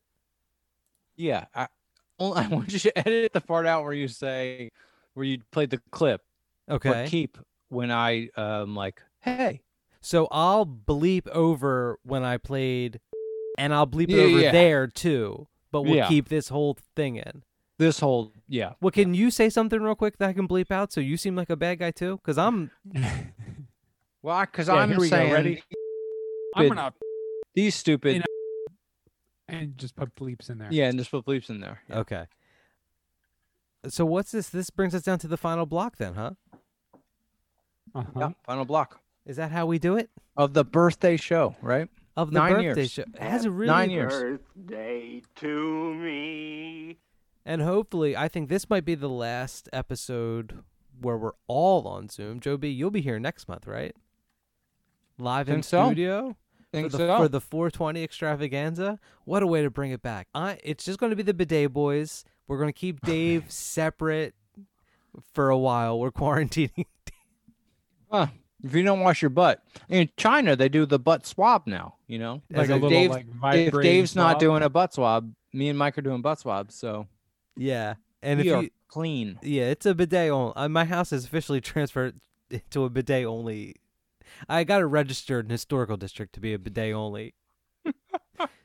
Yeah, I, well, I want you to edit the part out where you say, where you played the clip.
Okay.
But keep when I um like, hey,
So I'll bleep over when I played, and I'll bleep it
Yeah,
over
yeah.
there too. But we'll
Yeah.
keep this whole thing in.
this whole yeah.
Well, can you say something real quick that I can bleep out? So you seem like a bad guy too, because I'm.
Well, because
Yeah, here
I'm
we go.
saying
Ready? I'm
stupid-
gonna-
these stupid.
You and just put bleeps in there.
yeah, and just put bleeps in there. Yeah.
Okay. So what's this? This brings us down to the final block, then, huh?
Uh-huh.
Yeah, final block
Is that how we do it?
of the birthday show, right?
Of the
Nine
birthday
years.
show. Has it really
Nine years.
Birthday to me.
And hopefully, I think this might be the last episode where we're all on Zoom. Joe B, you'll be here next month, right? Live in
Think so.
studio
Think
for, the,
so.
for the 420 extravaganza. What a way to bring it back! I, it's just going to be the bidet boys. We're going to keep Dave separate for a while. We're quarantining.
Huh. If you don't wash your butt, in China they do the butt swab now. You know,
Like a
if
little,
Dave-
like,
if
vibrating
Dave's
swab?
not doing a butt swab, me and Mike are doing butt swabs, so
yeah, and
we
if
are
you,
clean.
yeah, it's a bidet only. Uh, my house is officially transferred to a bidet only. I got it registered in historical district to be a bidet only.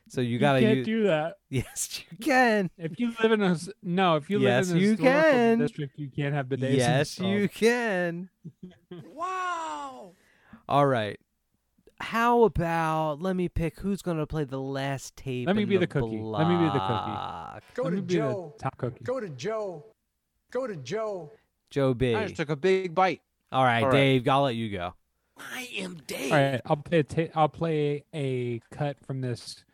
so you gotta
can't
use.
do that.
Yes, you can.
If you live in a s- no, if you
Yes,
live in a
you
historical
can.
district, you can't have bidets.
Yes,
installed.
you can.
Wow.
All right. How about let me pick who's gonna play the last tape?
Let me
in
be the cookie. Let me be the cookie.
block?
Go
Let
to
me be
Joe.
the top cookie.
Go to Joe. Go to Joe.
Joe B.
I just took a big bite.
All right,
All right.
Dave. I'll let you go.
I am Dave.
All right, I'll play. A ta- I'll play a cut from this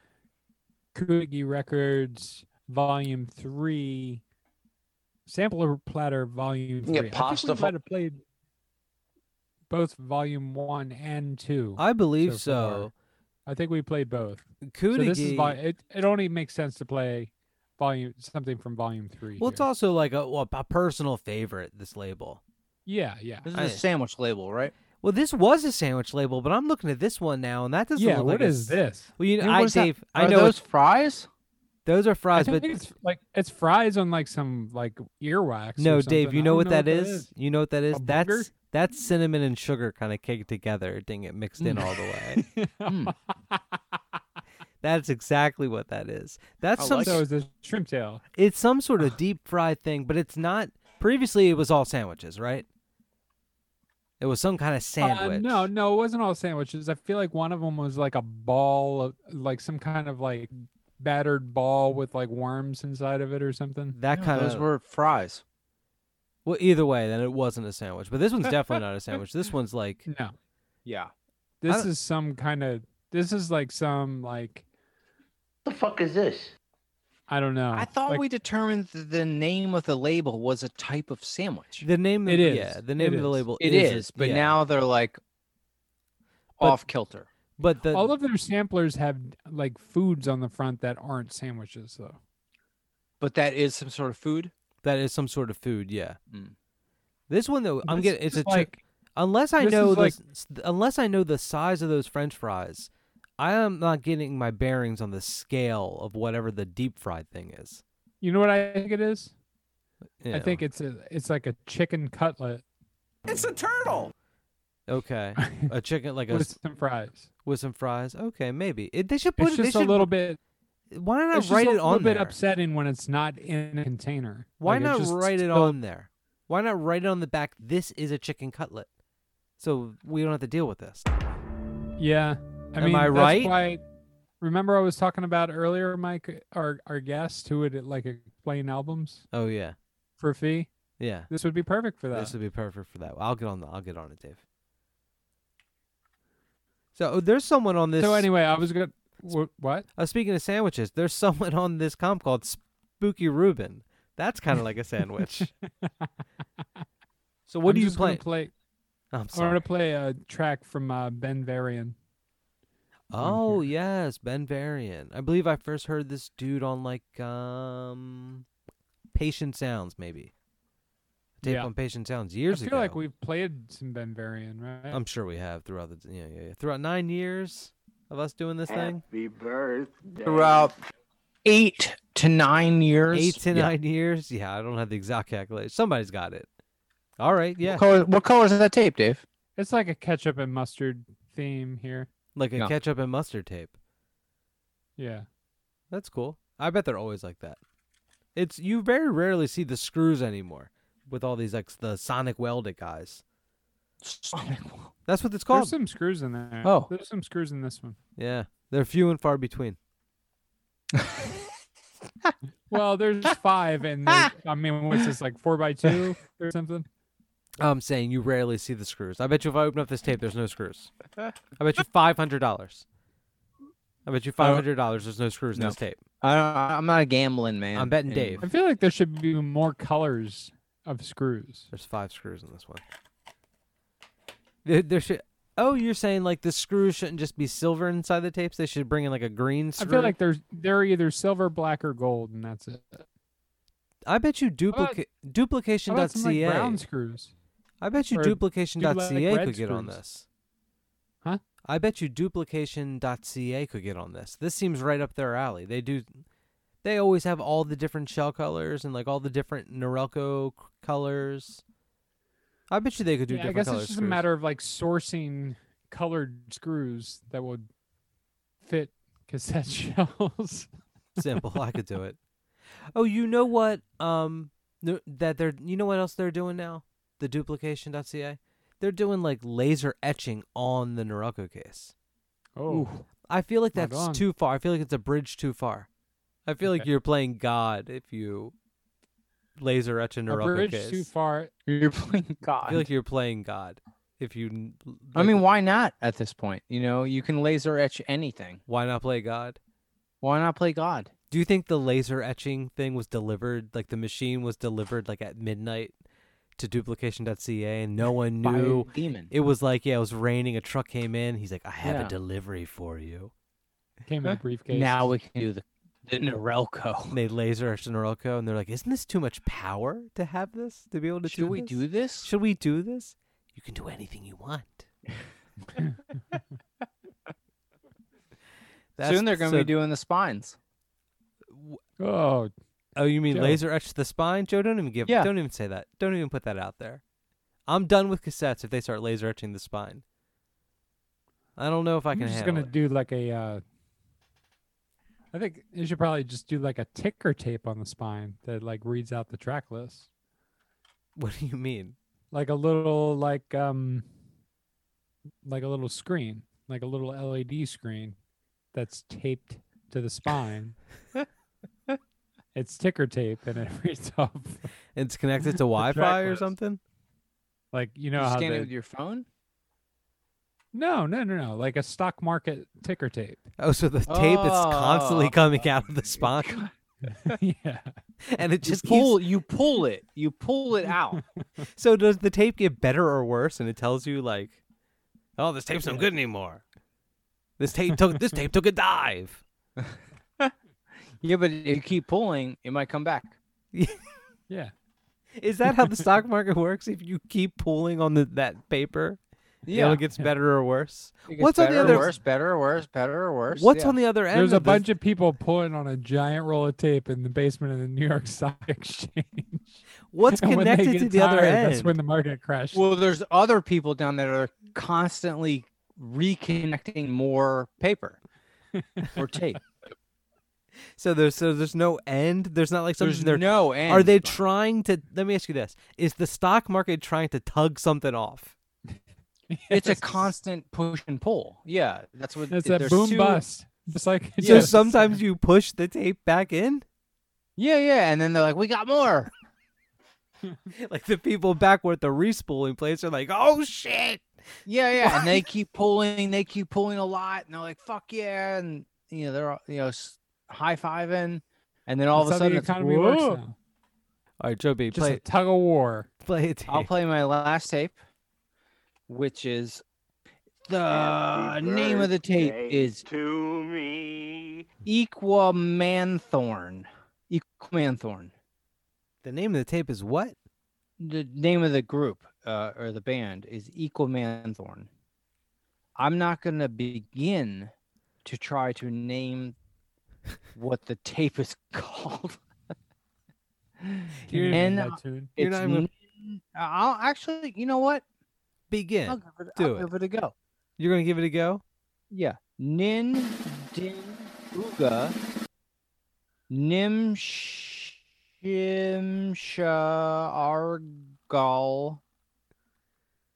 Kuigi Records Volume Three Sampler Platter Volume
Yeah,
Three. I
pasta
think we
fo-
might have played both Volume One and Two.
I believe
So
so.
I think we played both.
Kudige.
So this is vol- it, it only makes sense to play volume something from Volume Three.
well, it's
here.
also like a, well, a personal favorite. This label.
yeah, yeah.
This is
I-
a sandwich label, right?
Well, this was a sandwich label, but I'm looking at this one now, and that doesn't
Yeah,
look
what
like
is
a, s-
this?
Well, you know,
And
I
what is that?
Dave, I
Are
know
those
it's-
fries.
those are
I
fries,
think
but
it's like it's fries on like some like earwax. or
no, Dave,
something.
you
I
know
don't
what that is? You know what that is?
A
That's
booger?
that's cinnamon and sugar kind of caked together. Dang it, mixed in all the way. That's exactly what that is. That's some.
so
s-
is a shrimp tail.
it's some sort of deep fried thing, but it's not. Previously, it was all sandwiches, right? It was some kind of
Uh,
sandwich.
no, no, it wasn't all sandwiches. I feel like one of them was like a ball, of, like some kind of like battered ball with like worms inside of it or something.
that kind
Those
of.
were fries.
well, either way, then it wasn't a sandwich. But this one's definitely not a sandwich. This one's like
No,
Yeah.
this
don't-
is some kind of. This is like some like
What the fuck is this?
I don't know.
I thought
like,
we determined that the name of the label was a type of sandwich.
the name.
It
of,
is.
Yeah, the
It
name of the
is.
label.
It
is,
is,
a-
but
yeah.
now they're like
But-
off kilter.
But the
all of their samplers have like foods on the front that aren't sandwiches though.
But that is some sort of food.
That is some sort of food, yeah.
Mm.
This one though, I'm
This
getting it's
is
a like,
like
unless I
this
know
is
the,
like-
s- unless I know the size of those French fries, I am not getting my bearings on the scale of whatever the deep fried thing is.
you know what I think it is.
you
I
know.
think it's a it's like a chicken cutlet
It's a turtle.
okay, a chicken like a
with
s-
some fries.
with some fries. Okay, maybe it, they should put
It's
it. They
just a
should,
little bit.
why not
It's
write
just a
it
little
on
bit
there?
upsetting when it's not in a container.
Why
Like, it's
not
just
write it
still-
on there? Why not write it on the back? This is a chicken cutlet, so we don't have to deal with this.
Yeah, I
Am
mean,
I
that's
right?
why- remember I was talking about earlier, Mike, our our guest who would like explain albums
Oh yeah,
for a fee.
Yeah.
This would be perfect for that.
This would be perfect for that. I'll get on the. I'll get on it, Dave. So oh, there's someone on this.
So anyway, I was gonna. Wh- what?
Uh, speaking of sandwiches, there's someone on this comp called Spooky Reuben. That's kind of like a sandwich. so what
I'm
do you
just gonna
play?
play?
I'm
I
sorry.
want to play a track from uh, Ben Varian.
Oh yes, Ben Varian. I believe I first heard this dude on like um, Patient Sounds maybe. A Tape
Yeah.
on Patient Sounds years
I feel
ago.
like we've played some Ben Varian, right?
I'm sure we have throughout the yeah, yeah, yeah. throughout nine years of us doing this thing.
Happy birthday.
Throughout eight to nine years.
Eight to
Yeah.
nine years. Yeah, I don't have the exact calculation. Somebody's got it. All right, yeah.
What color, what color is that tape, Dave?
It's like a ketchup and mustard theme here.
Like a
Yeah.
ketchup and mustard tape.
Yeah.
That's cool. I bet they're always like that. It's you very rarely see the screws anymore with all these like the sonic welded guys. That's what it's called.
There's some screws in there.
Oh.
There's some screws in this one.
yeah, they're few and far between.
Well, there's five, and there's- I mean, what's this like four by two or something?
I'm saying you rarely see the screws. I bet you if I open up this tape, there's no screws. I bet you five hundred dollars. I bet you five hundred dollars. There's no screws in
No.
this tape.
I don't, I'm not a gambling man.
I'm betting
And-
Dave.
I feel like there should be more colors of screws.
There's five screws in this one. There, there should. Oh, you're saying like the screws shouldn't just be silver inside the tapes? They should bring in like a green
I
screw.
feel like there's they're either silver, black, or gold, and that's it.
I bet you
about-
duplica-
How about
duplication.ca.
some, like, brown screws.
I bet you
Or
duplication.ca
do like red
could get on
screws.
this.
Huh?
I bet you duplication.ca could get on this. This seems right up their alley. They do. They always have all the different shell colors and like all the different Norelco c- colors. I bet you they could do
Yeah, I
different
guess
color
it's just
screws.
a matter of like sourcing colored screws that would fit cassette shells.
Simple. I could do it. Oh, you know what? Um, no- that they're you know what else they're doing now? The duplication.ca. They're doing like laser etching on the Norelco case.
Oh,
I feel like
Right
that's
on.
too far. I feel like it's a bridge too far. I feel like
Okay.
you're playing God if you laser etch a
a
Norelco
bridge
case.
too far.
You're playing God.
I feel like you're playing God if you. n-
I
like,
mean, why not at this point? You know, you can laser etch anything.
why not play God?
Why not play God?
Do you think the laser etching thing was delivered, like the machine was delivered like at midnight to duplication.ca and no one
By a
knew?
demon.
It was like, yeah, it was raining, a truck came in. He's like, I have
Yeah.
a delivery for you.
Came in a briefcase.
Now we can do the, the Norelco.
And they laser etched an Norelco and they're like, isn't this too much power to have this? To be able to
Should
do
we
this?
do this?
Should we do this? You can do anything you want. That's-
Soon they're going to
so-
be doing the spines.
Oh,
Oh, you mean
Joe.
laser etch the spine, Joe? Don't even give.
Yeah.
Don't even say that. Don't even put that out there. I'm done with cassettes if they start laser etching the spine. I don't know if I
I'm
can
just
handle
gonna
it.
do like a. Uh, I think you should probably just do like a ticker tape on the spine that like reads out the track list,
What do you mean?
like a little like um, like a little screen, like a little LED screen that's taped to the spine. it's ticker tape, and it reads off
It's connected to
The track
Wi-Fi or
list.
something.
like you
You
know how
scan
they,
it with your phone?
no no no no like a stock market ticker tape.
Oh, so the tape is constantly
Oh.
coming out of the spine,
yeah,
and it just
you pull, you pull it. You pull it out.
keeps. So does the tape get better or worse? And it tells you like, oh, this tape's no good anymore. This tape took this tape took a dive.
yeah, but if you keep pulling, it might come back.
yeah.
Is that how the stock market works? If you keep pulling on the, that paper, yeah,
Yeah.
it gets better or worse.
It gets
What's on the
better or
other?
Worse, better or worse, better or worse.
What's
yeah.
on the other end?
There's a
of this?
bunch of people pulling on a giant roll of tape in the basement of the New York Stock Exchange.
What's
And when they
connected
get
to the other
tired,
end?
That's when the market crashed.
Well, there's other people down there that are constantly reconnecting more paper or tape.
So there's so there's no end. There's not like something.
There's
they're-
no end.
Are they trying to? Let me ask you this: Is the stock market trying to tug something off?
It's a constant push and pull. Yeah, that's what.
That's
it-
that
there's
boom
two-
bust. Just like
So
just-
sometimes you push the tape back in.
Yeah, yeah, and then they're like, "We got more."
like the people back where at the respooling place are like, oh shit.
Yeah, yeah. and they keep pulling, they keep pulling a lot, and they're like, "Fuck yeah!" And you know they're all- you know high fiving, and then all
That's
of
how
a sudden
the
it's,
economy works
"Whoa."
now.
All right, Joe B,
Just a
play
tug of war.
Play it.
I'll play my last tape, which is the Uh, name of the tape
Birthday
is
to me.
Equamanthorn. Equamanthorn.
The name of the tape is what?
The name of the group uh, or the band is Equamanthorn. I'm not going to begin to try to name what the tape is called.
You're-
and
that
uh,
tune.
You're
it's
not even-
n- I'll actually, you know what?
Begin.
I'll give it,
Do
I'll
it.
give it a go.
You're gonna give it a go?
Yeah. Nin din uga nim shim sha argal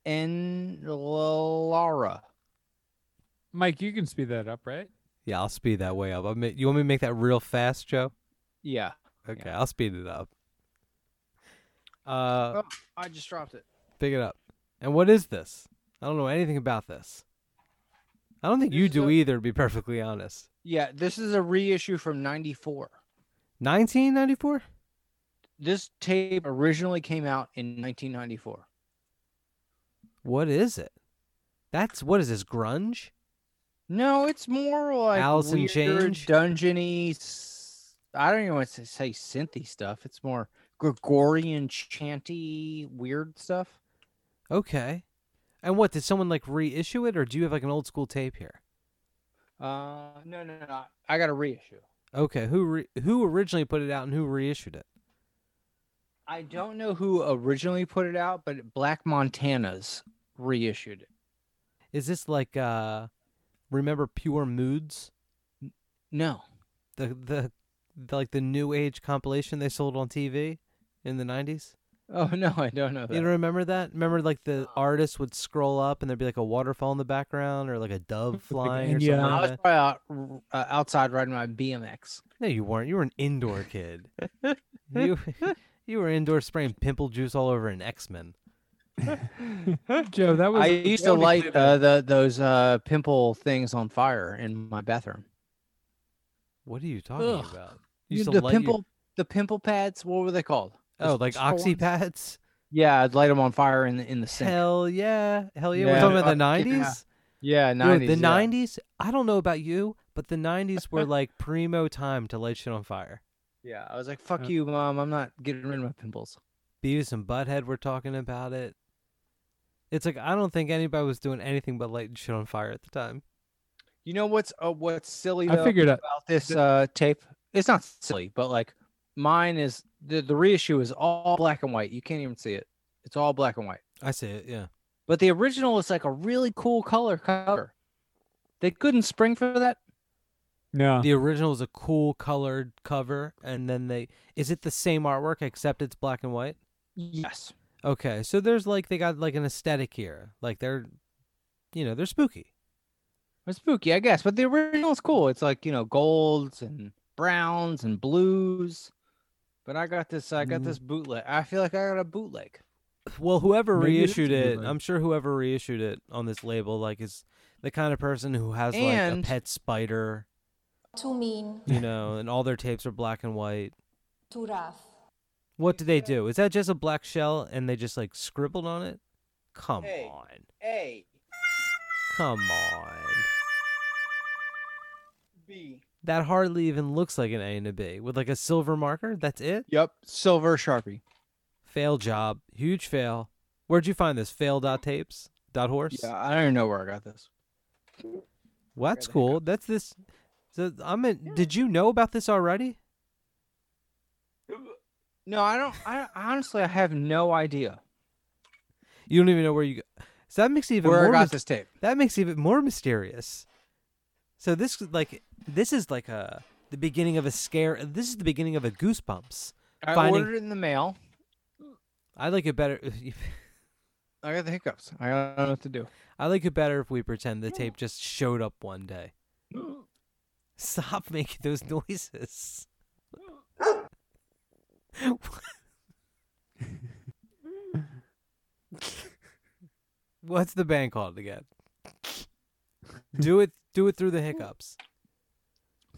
en lara.
Mike, you can speed that up, right?
Yeah, I'll speed that way up. I'll make, you want me to make that real fast, Joe?
Yeah.
Okay, I'll speed it up. Uh,
I just dropped it.
pick it up. And what is this? I don't know anything about this. I don't think you do either, to be perfectly honest.
Yeah, this is a reissue from 94.
1994?
This tape originally came out in 1994.
What is it? That's what is this grunge?
No, it's more like
Alice in
weird,
Change?
dungeony. s- I don't even want to say synthy stuff. It's more Gregorian chanty weird stuff.
Okay. And what did someone like reissue it, or do you have like an old school tape here?
Uh, no, no, no. I- I got a reissue.
Okay, who re- who originally put it out and who reissued it?
I don't know who originally put it out, but Black Montana's reissued it.
Is this like uh remember Pure Moods?
No.
The the, the like the new age compilation they sold on TV in the 90s?
Oh no, I don't know. That.
You don't remember that? Remember like the
Oh.
artist would scroll up and there'd be like a waterfall in the background or like a dove flying or something.
I
like
was
that?
probably out, r- uh, outside riding my BMX.
No, you weren't. You were an indoor kid. you you were indoor spraying pimple juice all over an X-Men.
Joe, that was
I
that
used to
was a
light
good-
uh, the those uh, pimple things on fire in my bathroom.
What are you talking
Ugh.
about?
You-
used to
the
light your-
pimple, the pimple pads. What were they called?
Oh,
Those
like
circle ones?
oxy pads?
Yeah, I'd light them on fire in the in the sink.
Hell yeah. Hell yeah. We're
Yeah.
talking about the
Fuck yeah.
90s?
Yeah,
Yo,
nineties.
the 90s, I don't know about you, but the 90s were like primo time to light shit on fire.
Yeah, I was like, "Fuck
Uh,
you, mom! I'm not getting rid of my pimples."
Beavis and Butthead were talking about it. It's like, I don't think anybody was doing anything but lighting shit on fire at the time.
You know what's uh, what's silly
I
though,
figured out-
about this uh, tape? It's not silly, but like mine is the, the reissue is all black and white. You can't even see it. It's all black and white.
I see it, yeah.
But the original is like a really cool color cover. They couldn't spring for that.
No.
The original was a cool colored cover, and then they. Is it the same artwork except it's black and white?
Yes.
Okay, so there's like, they got like an aesthetic here. Like they're, you know, they're spooky.
It's spooky, I guess, but the original is cool. It's like you know golds and browns and blues. But I got this. I got
Mm.
this bootleg. I feel like I got a bootleg.
Well, whoever
Maybe it is
reissued
a
it,
bootleg.
I'm sure whoever reissued it on this label, like, is the kind of person who has like
And-
a pet spider,
Too mean,
you know, and all their tapes are black and white.
too rough.
What do they do? Is that just a black shell and they just like scribbled on it? Come on,
A,
come on.
B.
That hardly even looks like an A and a B with like a silver marker. That's it.
Yep, silver sharpie.
Fail job, huge fail. Where'd you find this? Fail dot tapes dot horse.
Yeah, I don't even know where I got this.
Well, that's cool. That's this. So I'm. In, Did you know about this already?
No, I don't. I honestly, I have no idea.
You don't even know where you. go. So that makes it even
Where I
more
got
mys-
this tape.
That makes it even more mysterious. So this is like this is like a the beginning of a scare. This is the beginning of a goosebumps.
I
finding
ordered it in the mail.
I like it better.
I got the hiccups. I don't know what to do.
I like it better if we pretend the tape just showed up one day. Stop making those noises. What's the band called again? do it. Do it through the hiccups.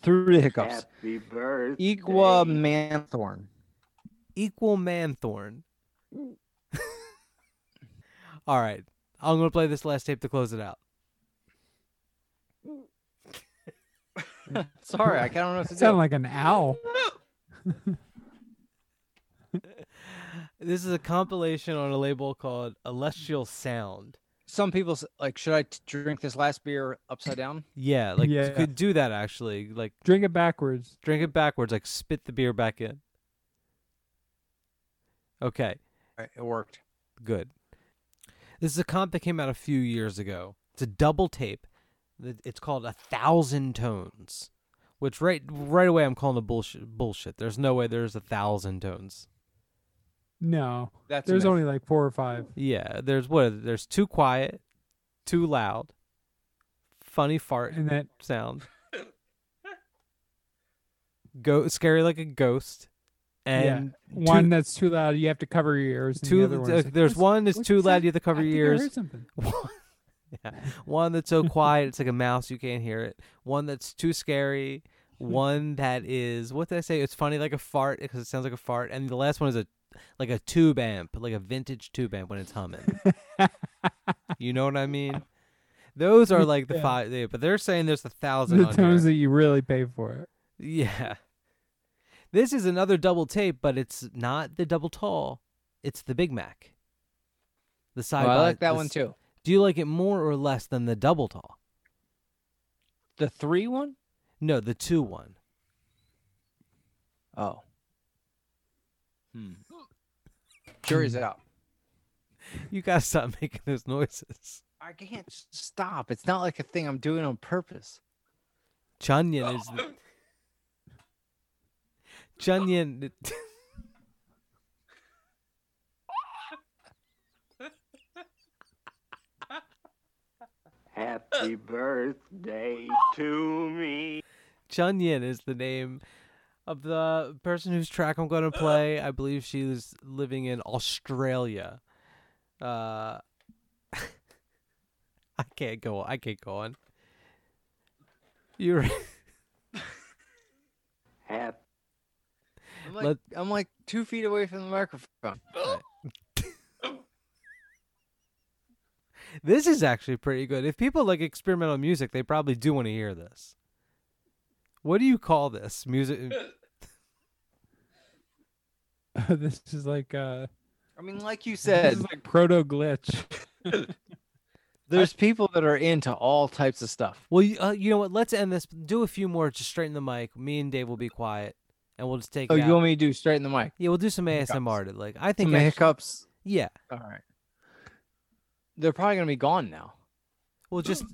Through the hiccups.
Happy birthday.
Equa Manthorn.
Equal Manthorn. All right. I'm going to play this last tape to close it out.
Sorry, I don't know what to
sound
do.
like an owl.
This is a compilation on a label called Celestial Sound.
Some people s- like, should I t- drink this last beer upside down?
Yeah, like
Yeah.
you could do that actually. Like
Drink it backwards.
drink it backwards, like spit the beer back in. Okay,
All right, It worked.
good. This is a comp that came out a few years ago. It's a double tape. Th- It's called A Thousand Tones, which right right away I'm calling the bullshit. Bullshit. There's no way there's a thousand tones.
No,
That's a
there's
myth.
only like four or five.
Yeah, there's what? There's too quiet, too loud, funny fart
And that-
sound. Go scary like a ghost, and
yeah, one that's too loud. You have to cover your ears. and
two. two
the other one is
uh,
like,
there's
"What's-
one that's
what's
too
that?
loud. You have to cover
I think I
your
heard
ears.
something.
One- yeah, one that's so quiet it's like a mouse. You can't hear it. One that's too scary.
Hmm.
One that is what did I say? It's funny like a fart because it sounds like a fart. And the last one is a like a tube amp, like a vintage tube amp when it's humming. You know what I mean? Those are like the
Yeah.
five, yeah, but they're saying there's a thousand.
The
on
tones
here.
that you really pay for it.
yeah. This is another double tape, but it's not the double tall. It's the Big Mac. The
Oh,
side.
I
by-
like that
the
one
s-
too.
Do you like it more or less than the double tall?
The three one?
No, the two one.
Oh. Hmm. Jury's out.
You gotta stop making those noises.
I can't s- stop. It's not like a thing I'm doing on purpose.
Chunyan is. The... Chunyan.
Happy birthday to me.
Chunyin is the name of the person whose track I'm going to play. I believe she was living in Australia. Uh, I can't go. I can't go on. You're.
Happy.
I'm like,
Let-
I'm like two feet away from the microphone.
this is actually pretty good. If people like experimental music, they probably do want to hear this. What do you call this music?
this is like uh,
I mean, like you
this
said,
is like proto glitch.
there's people that are into all types of stuff.
Well, you, uh, you know what? Let's end this. Do a few more. Just straighten the mic. Me and Dave will be quiet, and we'll just take.
Oh,
it
you
out.
want me to do straighten the mic?
Yeah, we'll do some ASMR. To, like I think.
Some
actu-
hiccups.
yeah.
All right. They're probably gonna be gone now.
Well, just.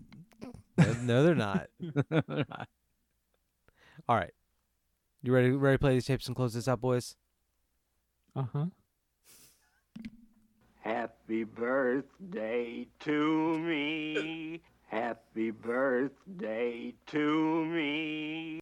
no, no, they're not. All right. You ready? Ready to play these tapes and close this out, boys?
Uh huh.
Uh-huh.
Happy birthday to me. Happy birthday to me.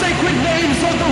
sacred names of the